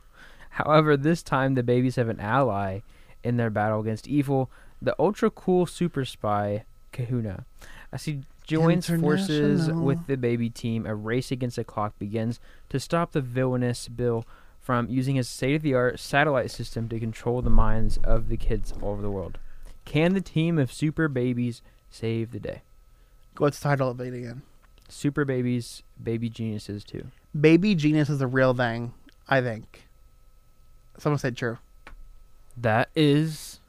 C: However, this time the babies have an ally in their battle against evil, the ultra cool super spy Kahuna. As he joins forces
B: International.
C: with the baby team, a race against the clock begins to stop the villainous Bill from using his state of the art satellite system to control the minds of the kids all over the world. Can the team of super babies save the day?
B: What's the title of it again?
C: Super babies, baby geniuses too.
B: Baby genius is a real thing. I think. Someone said true.
C: That is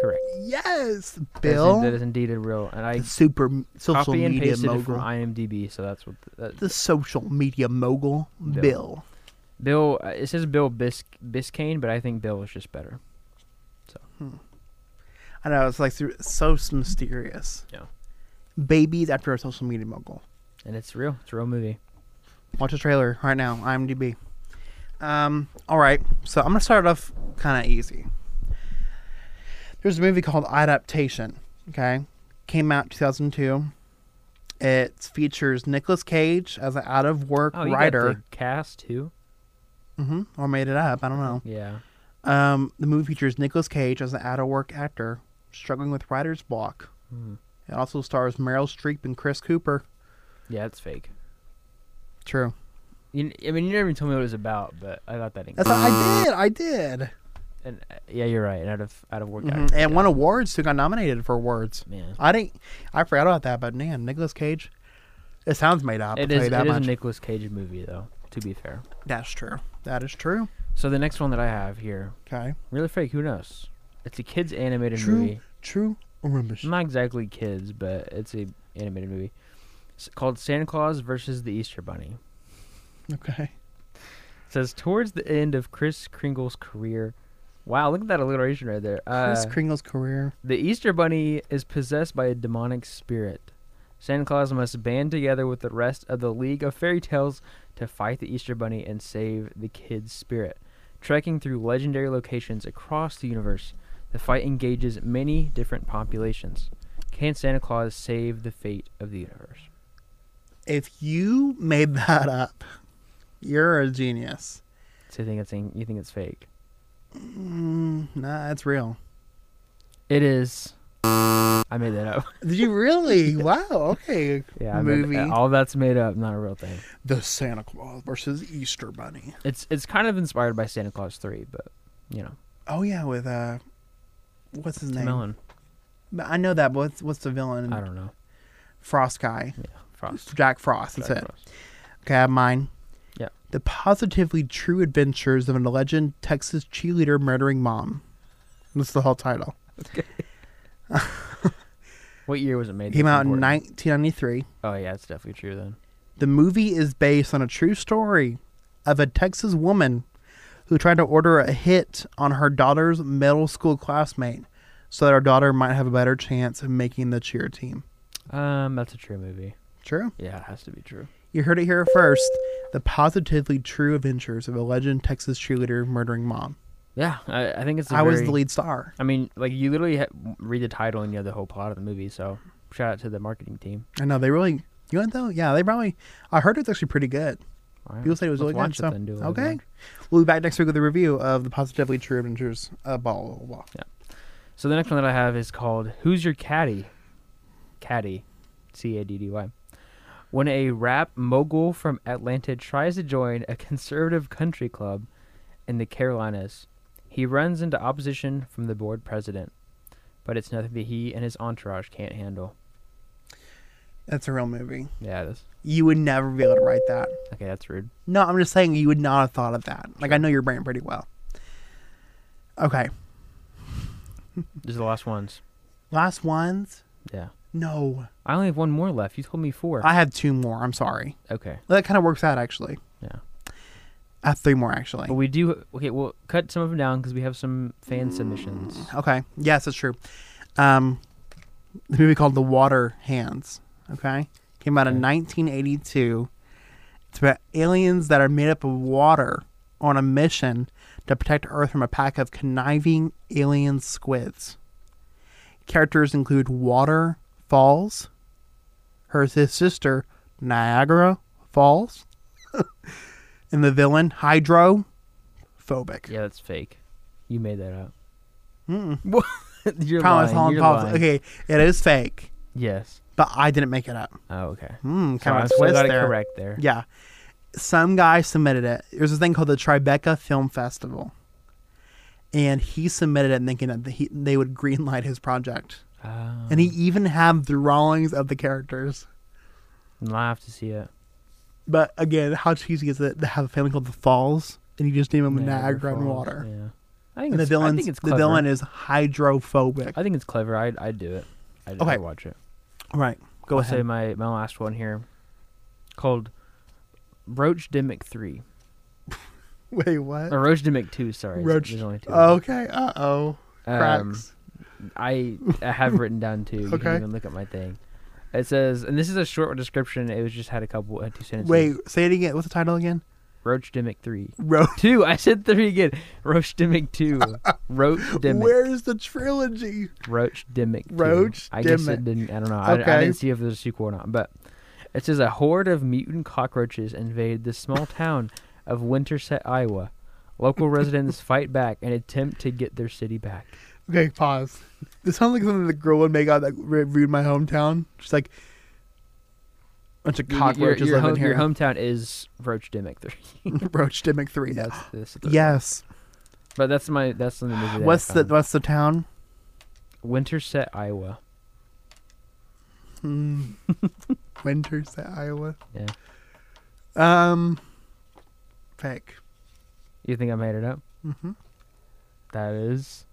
C: correct.
B: Yes,
C: That is-
B: Bill.
C: that is indeed a real. And I
B: the super m- social
C: copy and
B: media
C: pasted it from
B: mogul.
C: IMDb, so that's what that,
B: the social media mogul,
C: Bill.
B: Bill.
C: Bill. uh, It says Bill Bisk, Biscayne, but I think Bill is just better.
B: I know it's like so- so mysterious.
C: Yeah.
B: Babies after a social media mogul.
C: And it's real. It's a real movie.
B: Watch the trailer right now. IMDb. Um. All right. So I'm gonna start off kind of easy. There's a movie called Adaptation. Okay. Came out 2002. It features Nicolas Cage as an out of work
C: Oh, you got
B: writer.
C: the cast too.
B: hmm Or made it up. I don't know.
C: Yeah.
B: Um, the movie features Nicolas Cage as an out of work actor struggling with writer's block.
C: Hmm.
B: It also stars Meryl Streep and Chris Cooper.
C: Yeah, it's fake.
B: True.
C: You, I mean, you never even told me what it was about, but I got that.
B: That's
C: English.
B: I did. I did.
C: And uh, yeah, you're right. And out of out of work.
B: Mhm.
C: actor,
B: And
C: yeah.
B: won awards too. Got nominated for awards.
C: Man.
B: I didn't. I forgot about that. But man, Nicolas Cage. It sounds made up. I'll
C: It
B: tell
C: is.
B: you
C: It
B: that
C: is a
B: much.
C: Nicolas Cage movie, though. To be fair.
B: That's true. That is true.
C: So the next one that I have here,
B: Okay.
C: really fake. Who knows? It's a kids animated
B: True.
C: movie.
B: True. Or rubbish.
C: Not exactly kids, but it's a animated movie. It's called Santa Claus versus the Easter Bunny.
B: Okay.
C: It says towards the end of Chris Kringle's career. Wow, look at that alliteration right there. Uh,
B: Chris Kringle's career.
C: The Easter Bunny is possessed by a demonic spirit. Santa Claus must band together with the rest of the League of Fairy Tales to fight the Easter Bunny and save the kid's spirit. Trekking through legendary locations across the universe, the fight engages many different populations. Can Santa Claus save the fate of the universe?
B: If you made that up, you're a genius.
C: So you think it's in- you think it's fake?
B: Mm, nah, that's real.
C: It is. I made that up.
B: Did you really? wow. Okay.
C: yeah, I uh, made-
B: Movie.
C: all that's made up, not a real thing.
B: the Santa Claus versus Easter Bunny.
C: It's it's kind of inspired by Santa Claus Three, but you know,
B: Oh yeah, with uh, what's his name?
C: Melon.
B: But I know that. But what's what's the villain?
C: I don't know.
B: Frost guy.
C: Yeah, Frost.
B: Jack Frost. That's
C: Jack
B: it.
C: Frost.
B: Okay, I have mine.
C: Yeah.
B: The positively true adventures of an alleged Texas cheerleader murdering mom. That's the whole title.
C: What year was it made?
B: Came
C: That's
B: out in
C: important.
B: 1993.
C: Oh yeah, it's definitely true then.
B: The movie is based on a true story of a Texas woman who tried to order a hit on her daughter's middle school classmate so that her daughter might have a better chance of making the cheer team.
C: Um, that's a true movie.
B: True.
C: Yeah, it has to be true.
B: You heard it here first. The positively true adventures of a legend Texas cheerleader murdering mom.
C: Yeah, I, I think it's. I
B: I was the lead star.
C: I mean, like you literally ha- read the title and you have the whole plot of the movie. So shout out to the marketing team.
B: I know they really. You know what though? Yeah, they probably. I heard it's actually pretty good.
C: All right,
B: People say it was really
C: let's
B: good.
C: watch it
B: So
C: then, do a little
B: okay,
C: review.
B: we'll be back next week with a review of the positively true adventures of blah blah blah. blah.
C: So the next one that I have is called "Who's Your Caddy?" Caddy, C A D D Y. When a rap mogul from Atlanta tries to join a conservative country club in the Carolinas, he runs into opposition from the board president. But it's nothing that he and his entourage can't handle.
B: That's a real movie.
C: Yeah, that's
B: You would never be able to write that.
C: okay. That's rude.
B: No, I'm just saying you would not have thought of that. Like I know your brain pretty well. Okay,
C: These are the last ones.
B: last ones.
C: Yeah,
B: No,
C: I only have one more left. You told me four.
B: I had two more. I'm sorry.
C: okay.
B: Well, that kind of works out actually.
C: Yeah.
B: I have three more actually.
C: But we do okay. We'll cut some of them down because we have some fan submissions.
B: Okay. Yes, that's true. Um, the movie called The Water Hands. Okay, came out in 1982. It's about aliens that are made up of water on a mission to protect Earth from a pack of conniving alien squids. Characters include Water Falls, her his sister Niagara Falls, and the villain Hydro. Phobic.
C: Yeah, that's fake. You made that up.
B: Mm-mm.
C: What? You're
B: Promise
C: lying.
B: Holland
C: You're
B: Paul's-
C: lying.
B: Okay, it is fake,
C: Yes.
B: but I didn't make it up.
C: Oh, okay.
B: Hmm,
C: So
B: kind of
C: I still
B: twist
C: got it
B: there.
C: correct there.
B: Yeah, some guy submitted it. There's this thing called the Tribeca Film Festival, and he submitted it thinking that he, they would greenlight his project.
C: Ah,
B: And he even had the drawings of the characters.
C: I'll have to see it.
B: But again, how cheesy is it to have a family called the Falls and you just name them Niagara, and
C: Falls,
B: Water?
C: Yeah. I think
B: And the
C: it's, I
B: villain,
C: think it's
B: the
C: clever.
B: villain is hydrophobic.
C: I think it's clever. I'd, I'd do it. I'd,
B: Okay.
C: I'd watch it.
B: right, go
C: I'll say
B: ahead.
C: my, my last one here called Roach Dimic 3.
B: Wait, what?
C: Or Roach Dimic 2, sorry.
B: Roach-
C: There's only two.
B: Okay, uh oh,
C: Um,
B: cracks.
C: I, I have written down two. You
B: Okay.
C: can even look at my thing. It says, and this is a short description. It was just had a couple, uh, two sentences.
B: Wait, say it again. What's the title again?
C: Roach Dimic 3.
B: Road.
C: Two. I said three again. Roach Dimic 2. Roach Dimic.
B: Where's the trilogy?
C: Roach Dimic. too.
B: Roach
C: I guess
B: Dimick.
C: it didn't. I don't know. I, I
B: Okay.
C: didn't see if there's a sequel or not. But it says a horde of mutant cockroaches invade the small town of Winterset, Iowa. Local residents fight back and attempt to get their city back.
B: Okay, pause. This sounds like something the girl would make out that reviewed my hometown. She's like, bunch of
C: Your-
B: cockroaches
C: your, your,
B: living
C: home-
B: here.
C: your hometown is Roach Dimic three.
B: Roach Dimick three.
C: that's this.
B: Yes.
C: But that's my that's the movie. That I
B: What's the
C: found.
B: What's the town?
C: Winterset, Iowa?
B: Hmm. Winterset, Iowa.
C: Yeah.
B: Um. Fake.
C: You think I made it up?
B: Mm-hmm.
C: That is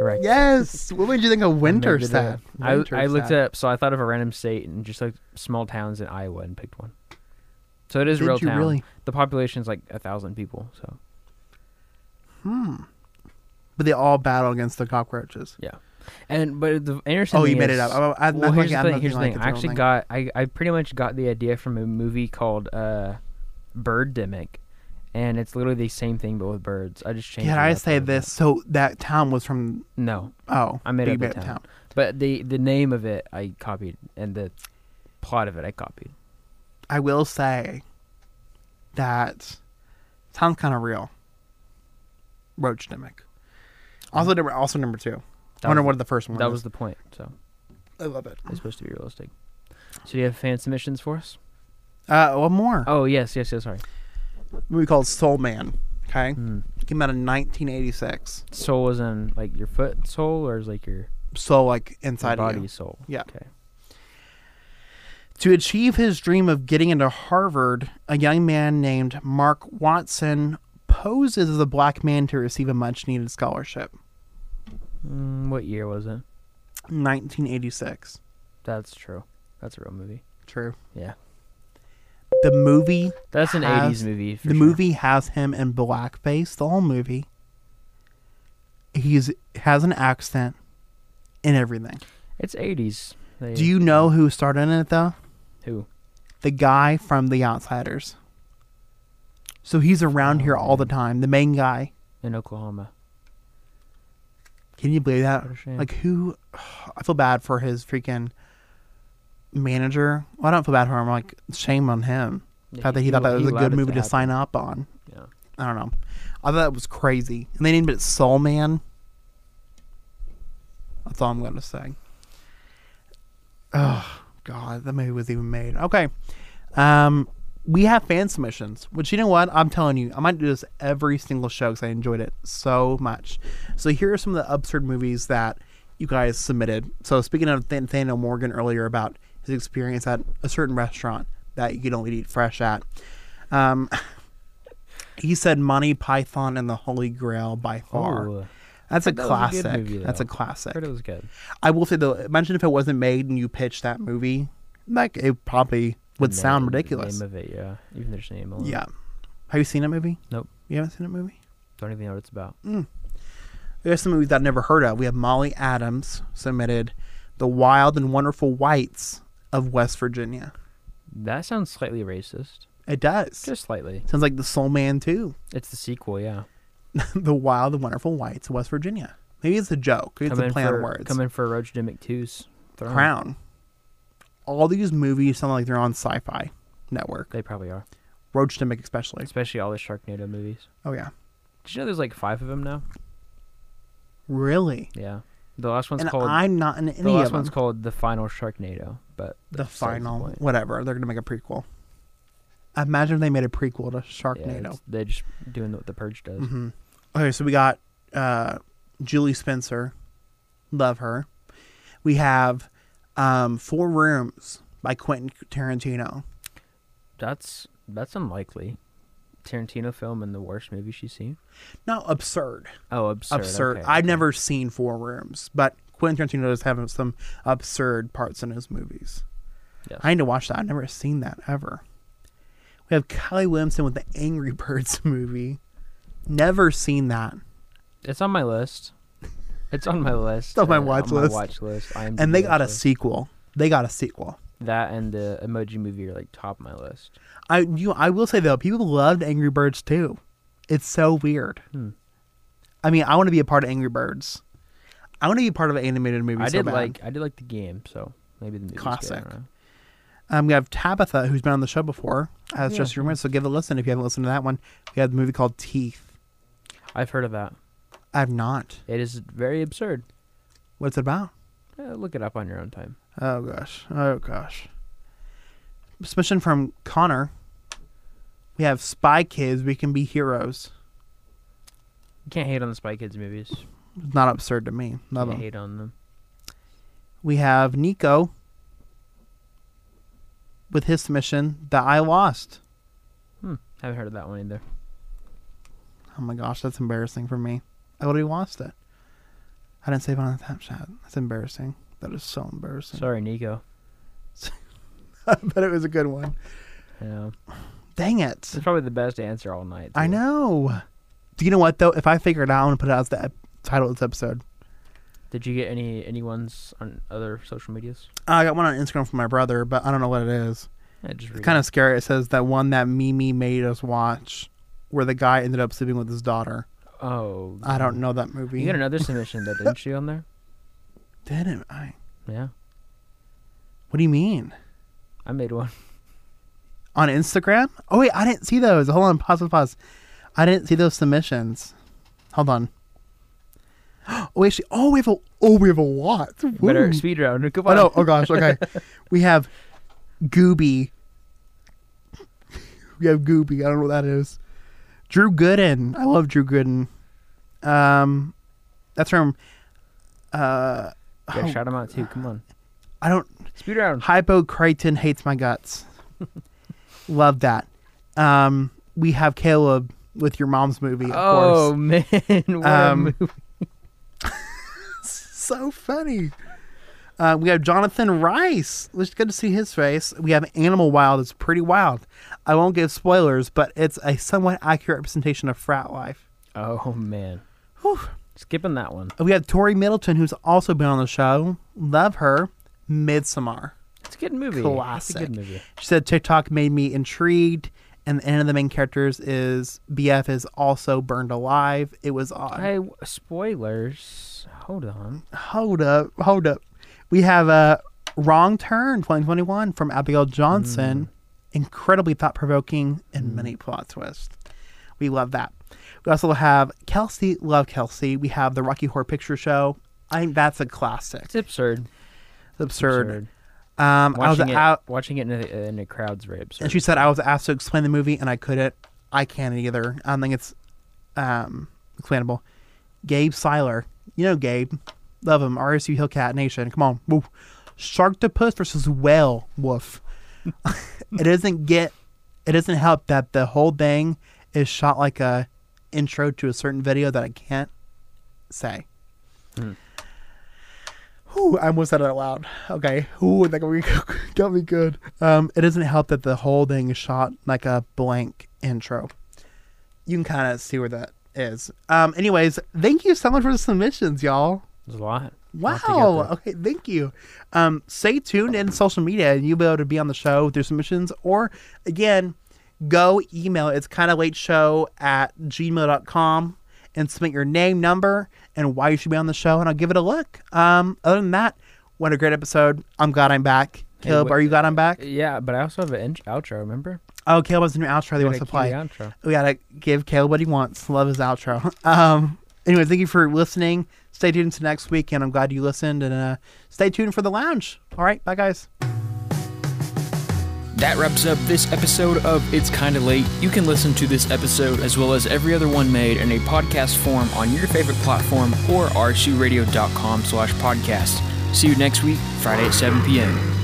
C: correct.
B: Yes. What made you think of
C: I made it
B: Winterset?
C: up. I, I looked
B: Winterset.
C: it up, so I thought of a random state and just like small towns in Iowa and picked one. So it is
B: Did
C: real
B: you
C: town.
B: really?
C: The population's like a thousand people. So
B: But they all battle against the cockroaches.
C: yeah, and but the interesting.
B: Oh, you
C: thing
B: made
C: is-
B: it up. I- I- I'm
C: well,
B: not looking-
C: here's the
B: I'm
C: thing.
B: not
C: Here's the
B: looking
C: thing.
B: like
C: I
B: it's a real
C: actually
B: thing.
C: got. I I pretty much got the idea from a movie called uh, Birdemic, and it's literally the same thing but with birds. I just changed.
B: Did
C: it
B: I
C: up a
B: say
C: little bit.
B: this? So that town was from
C: No,
B: oh,
C: I made
B: Big
C: up the
B: Bad
C: town. but the the name of it I copied, and the plot of it I copied.
B: I will say that sounds kind of real. Roach Demic. Also number also number two.
C: That
B: I wonder
C: was-
B: what the first one.
C: That
B: is.
C: was the point. So.
B: I love it.
C: It's supposed to be realistic. So do you have fan submissions for us?
B: Uh, one more
C: Oh yes, yes, yes. Sorry.
B: movie called Soul Man. Okay,
C: Mm.
B: came out in 1986.
C: Soul is in like your foot soul, or is like your,
B: So like
C: your
B: inside of
C: body
B: you.
C: soul?
B: Yeah.
C: Okay.
B: To achieve his dream of getting into Harvard, a young man named Mark Watson poses as a black man to receive a much-needed scholarship.
C: Mm, what year was it?
B: 1986.
C: That's true. That's a real movie.
B: True.
C: Yeah.
B: The movie
C: That's an
B: Has-
C: '80s movie. For
B: the
C: sure.
B: movie has him in blackface the whole movie. He's has an accent and everything.
C: It's '80s. They-
B: Do you know who starred in it though?
C: who?
B: The guy from The Outsiders. So he's around here
C: Um,
B: all the time. The main guy.
C: in Oklahoma?
B: Can you believe that?
C: What a shame.
B: Like who? I feel bad for his freaking manager. Well, I don't feel bad for him. Like shame on him.
C: Yeah,
B: Thought that he,
C: he-
B: thought that was
C: he
B: a
C: allowed
B: good
C: it
B: movie
C: to
B: to,
C: happen.
B: sign up on.
C: Yeah.
B: I don't know. I thought it was crazy, and they named it Soul Man. That's all I'm gonna say. Oh God, that movie was even made. Okay, um, we have fan submissions, which you know what? I'm telling you, I might do this every single show because I enjoyed it so much. So here are some of the absurd movies that you guys submitted. So speaking of Than- Nathaniel Morgan earlier about his experience at a certain restaurant that you can only eat fresh at. Um, he said Monty Python and the Holy Grail by far.
C: Oh,
B: That's a
C: That was a
B: classic.
C: good movie, though.
B: That's a
C: I
B: classic.
C: heard it was good.
B: I will say though, imagine if it wasn't made and you pitched that movie, like it probably would
C: The
B: sound
C: name- the
B: ridiculous.
C: Name of it, yeah. Even there's name. on it.
B: Yeah. Have you seen that movie?
C: Nope.
B: You haven't seen that movie?
C: Don't even know what it's about.
B: Mm. There's some movies that I've never heard of. We have Molly Adams submitted The Wild and Wonderful Whites of West Virginia.
C: That sounds slightly racist.
B: It does.
C: Just slightly.
B: Sounds like The Soul Man too.
C: It's the sequel, yeah.
B: the Wild and Wonderful Whites of West Virginia. Maybe it's a joke. Maybe it's a play
C: for,
B: on words.
C: Come in for Roach Dimmick 2's throne.
B: Crown. All these movies sound like they're on sci fi network.
C: They probably are.
B: Roach Dimmick especially.
C: Especially all the Sharknado movies.
B: Oh yeah.
C: Did you know there's like five of them now?
B: Really?
C: Yeah. The last one's
B: and
C: called
B: I'm not in
C: The
B: any
C: last
B: of them.
C: one's called The Final Sharknado, but
B: the
C: that's besides
B: final
C: point.
B: whatever. They're gonna make a prequel. Imagine if they made a prequel to
C: Yeah,
B: Sharknado.
C: it's- they're just doing what the Purge does.
B: Mm-hmm. Okay, so we got uh, Julie Spencer, love her. We have um, Four Rooms by Quentin Tarantino.
C: That's that's unlikely. Tarantino film and the worst movie she's seen.
B: No, absurd,
C: Oh, absurd.
B: absurd.
C: okay,
B: I've
C: okay.
B: never seen Four Rooms, but Quentin Tarantino does have some absurd parts in his movies.
C: Yes.
B: I need to watch that. I've never seen that ever. We have Kylie Williamson with the Angry Birds movie. Never seen that.
C: It's on my list. It's on my list. It's
B: on my watch list.
C: watch list. IMDb
B: and they got a
C: watch list.
B: sequel. They got a sequel.
C: that and the emoji movie are like top of my list.
B: I you I will say though, people loved Angry Birds too. It's so weird.
C: Hmm.
B: I mean, I want to be a part of Angry Birds. I want to be a part of an animated movie.
C: I
B: so
C: did
B: bad.
C: like I did like the game, so maybe the movie's good, I don't
B: Classic.
C: know.
B: Um, we have Tabitha, who's been on the show before, as
C: Yeah.
B: just your So give it a listen if you haven't listened to that one. We have the movie called Teeth.
C: I've heard of that.
B: I've not.
C: It is very absurd.
B: What's it about?
C: Uh, look it up on your own time.
B: Oh gosh. Oh gosh. Submission from Connor. We have Spy Kids. We can be heroes.
C: You can't hate on the Spy Kids movies.
B: Not absurd to me. Love
C: Can't
B: 'em.
C: hate on them.
B: we have Nico with his submission that I lost.
C: Hmm. Haven't heard of that one
B: Hmm.
C: either.
B: Oh my gosh, that's embarrassing for me. I already lost it. I didn't save it on the tap shot. That's embarrassing. That is so embarrassing.
C: Sorry, Nico.
B: but it was a good one.
C: I know.
B: Dang it.
C: It's probably the best answer all night.
B: I
C: too.
B: know. Do you know what though? If I figure it out, I'm gonna put it out as the ep- title of this episode.
C: Did you get any any ones on other social medias?
B: I got one on Instagram from my brother, but I don't know what it is.
C: Yeah, just
B: It's kind of scary. It says that one that Mimi made us watch, where the guy ended up sleeping with his daughter.
C: of. Oh,
B: I don't know that movie.
C: you got another submission though, didn't you? On there?
B: Didn't I?
C: Yeah,
B: What do you mean?
C: I made one.
B: On Instagram? Oh wait, I didn't see those. Hold on, pause, pause, pause. I didn't see those submissions. Hold on. Oh, we actually, oh, we have a, oh, we have a lot.
C: Better
B: Woo.
C: speed round. Come
B: Oh
C: on.
B: no! Oh gosh. Okay, we have Gooby. We have Gooby. I don't know what that is. Drew Gooden. I love Drew Gooden. Um, that's from. Uh,
C: Yeah,
B: oh,
C: shout him out too. Come on.
B: I don't.
C: Speed round.
B: Hypocratin hates my guts. Love that. Um, we have Caleb with your mom's movie, of
C: Oh
B: course.
C: man,
B: Um,
C: what a movie.
B: So funny. Uh, we have Jonathan Rice. It's good to see his face. We have Animal Wild. It's pretty wild. I won't give spoilers, but it's a somewhat accurate representation of frat life.
C: Oh man.
B: Whew.
C: Skipping that one.
B: We have Tori Middleton, who's also been on the show. Love her. Midsommar.
C: It's a good movie.
B: Classic.
C: It's a good movie.
B: She said TikTok made me intrigued, and the end of the main characters is BF is also burned alive. It was odd.
C: Hey, w- spoilers. Hold on.
B: Hold up, hold up. We have a wrong turn 2021 from Abigail Johnson. Incredibly thought provoking and many plot twists. We love that. We also have Kelsey, love Kelsey. We have the Rocky Horror Picture Show. I think that's a classic.
C: It's absurd.
B: It's absurd.
C: Absurd.
B: Um, I was
C: Watching it,
B: out.
C: watching it in a, in a crowd's very absurd.
B: And she said I was asked to explain the movie and I couldn't. I can't either. I don't think it's um, explainable. Gabe Seiler. You know Gabe. Love him. RSU Hillcat Nation. Come on. Woo. Sharktopus versus whale wolf. it doesn't get it doesn't help that the whole thing is shot like a intro to a certain video that I can't say. Ooh, I almost said it out loud. Okay. Ooh, that got me, got me good. Um, it doesn't help that the whole thing is shot like a blank intro. you can kind of see where that is. Um, anyways, thank you so much for the submissions, y'all.
G: There's a lot. Lots to get
B: Wow.
G: through.
B: Okay, thank you. Um, stay tuned in social media and you'll be able to be on the show through submissions or again, go email it's kinda late show at gmail.com and submit your name, number, and why you should be on the show and I'll give it a look. Um, other than that, what a great episode. I'm glad I'm back. Caleb,
G: what-
B: are you glad I'm back?
G: Yeah, but I also have an int- outro. Remember?
B: Oh, Caleb has a new outro that he wants to
G: Gotta
B: play.
G: cue the outro.
B: We gotta give Caleb what he wants. Love his outro. Um. Anyway, thank you for listening. Stay tuned to next week, and I'm glad you listened. And uh, stay tuned for the lounge. All right, bye guys.
C: That wraps up this episode of It's Kinda Late. You can listen to this episode as well as every other one made in a podcast form on your favorite platform or rshuradio.com slash podcast. See you next week, Friday at 7 p.m.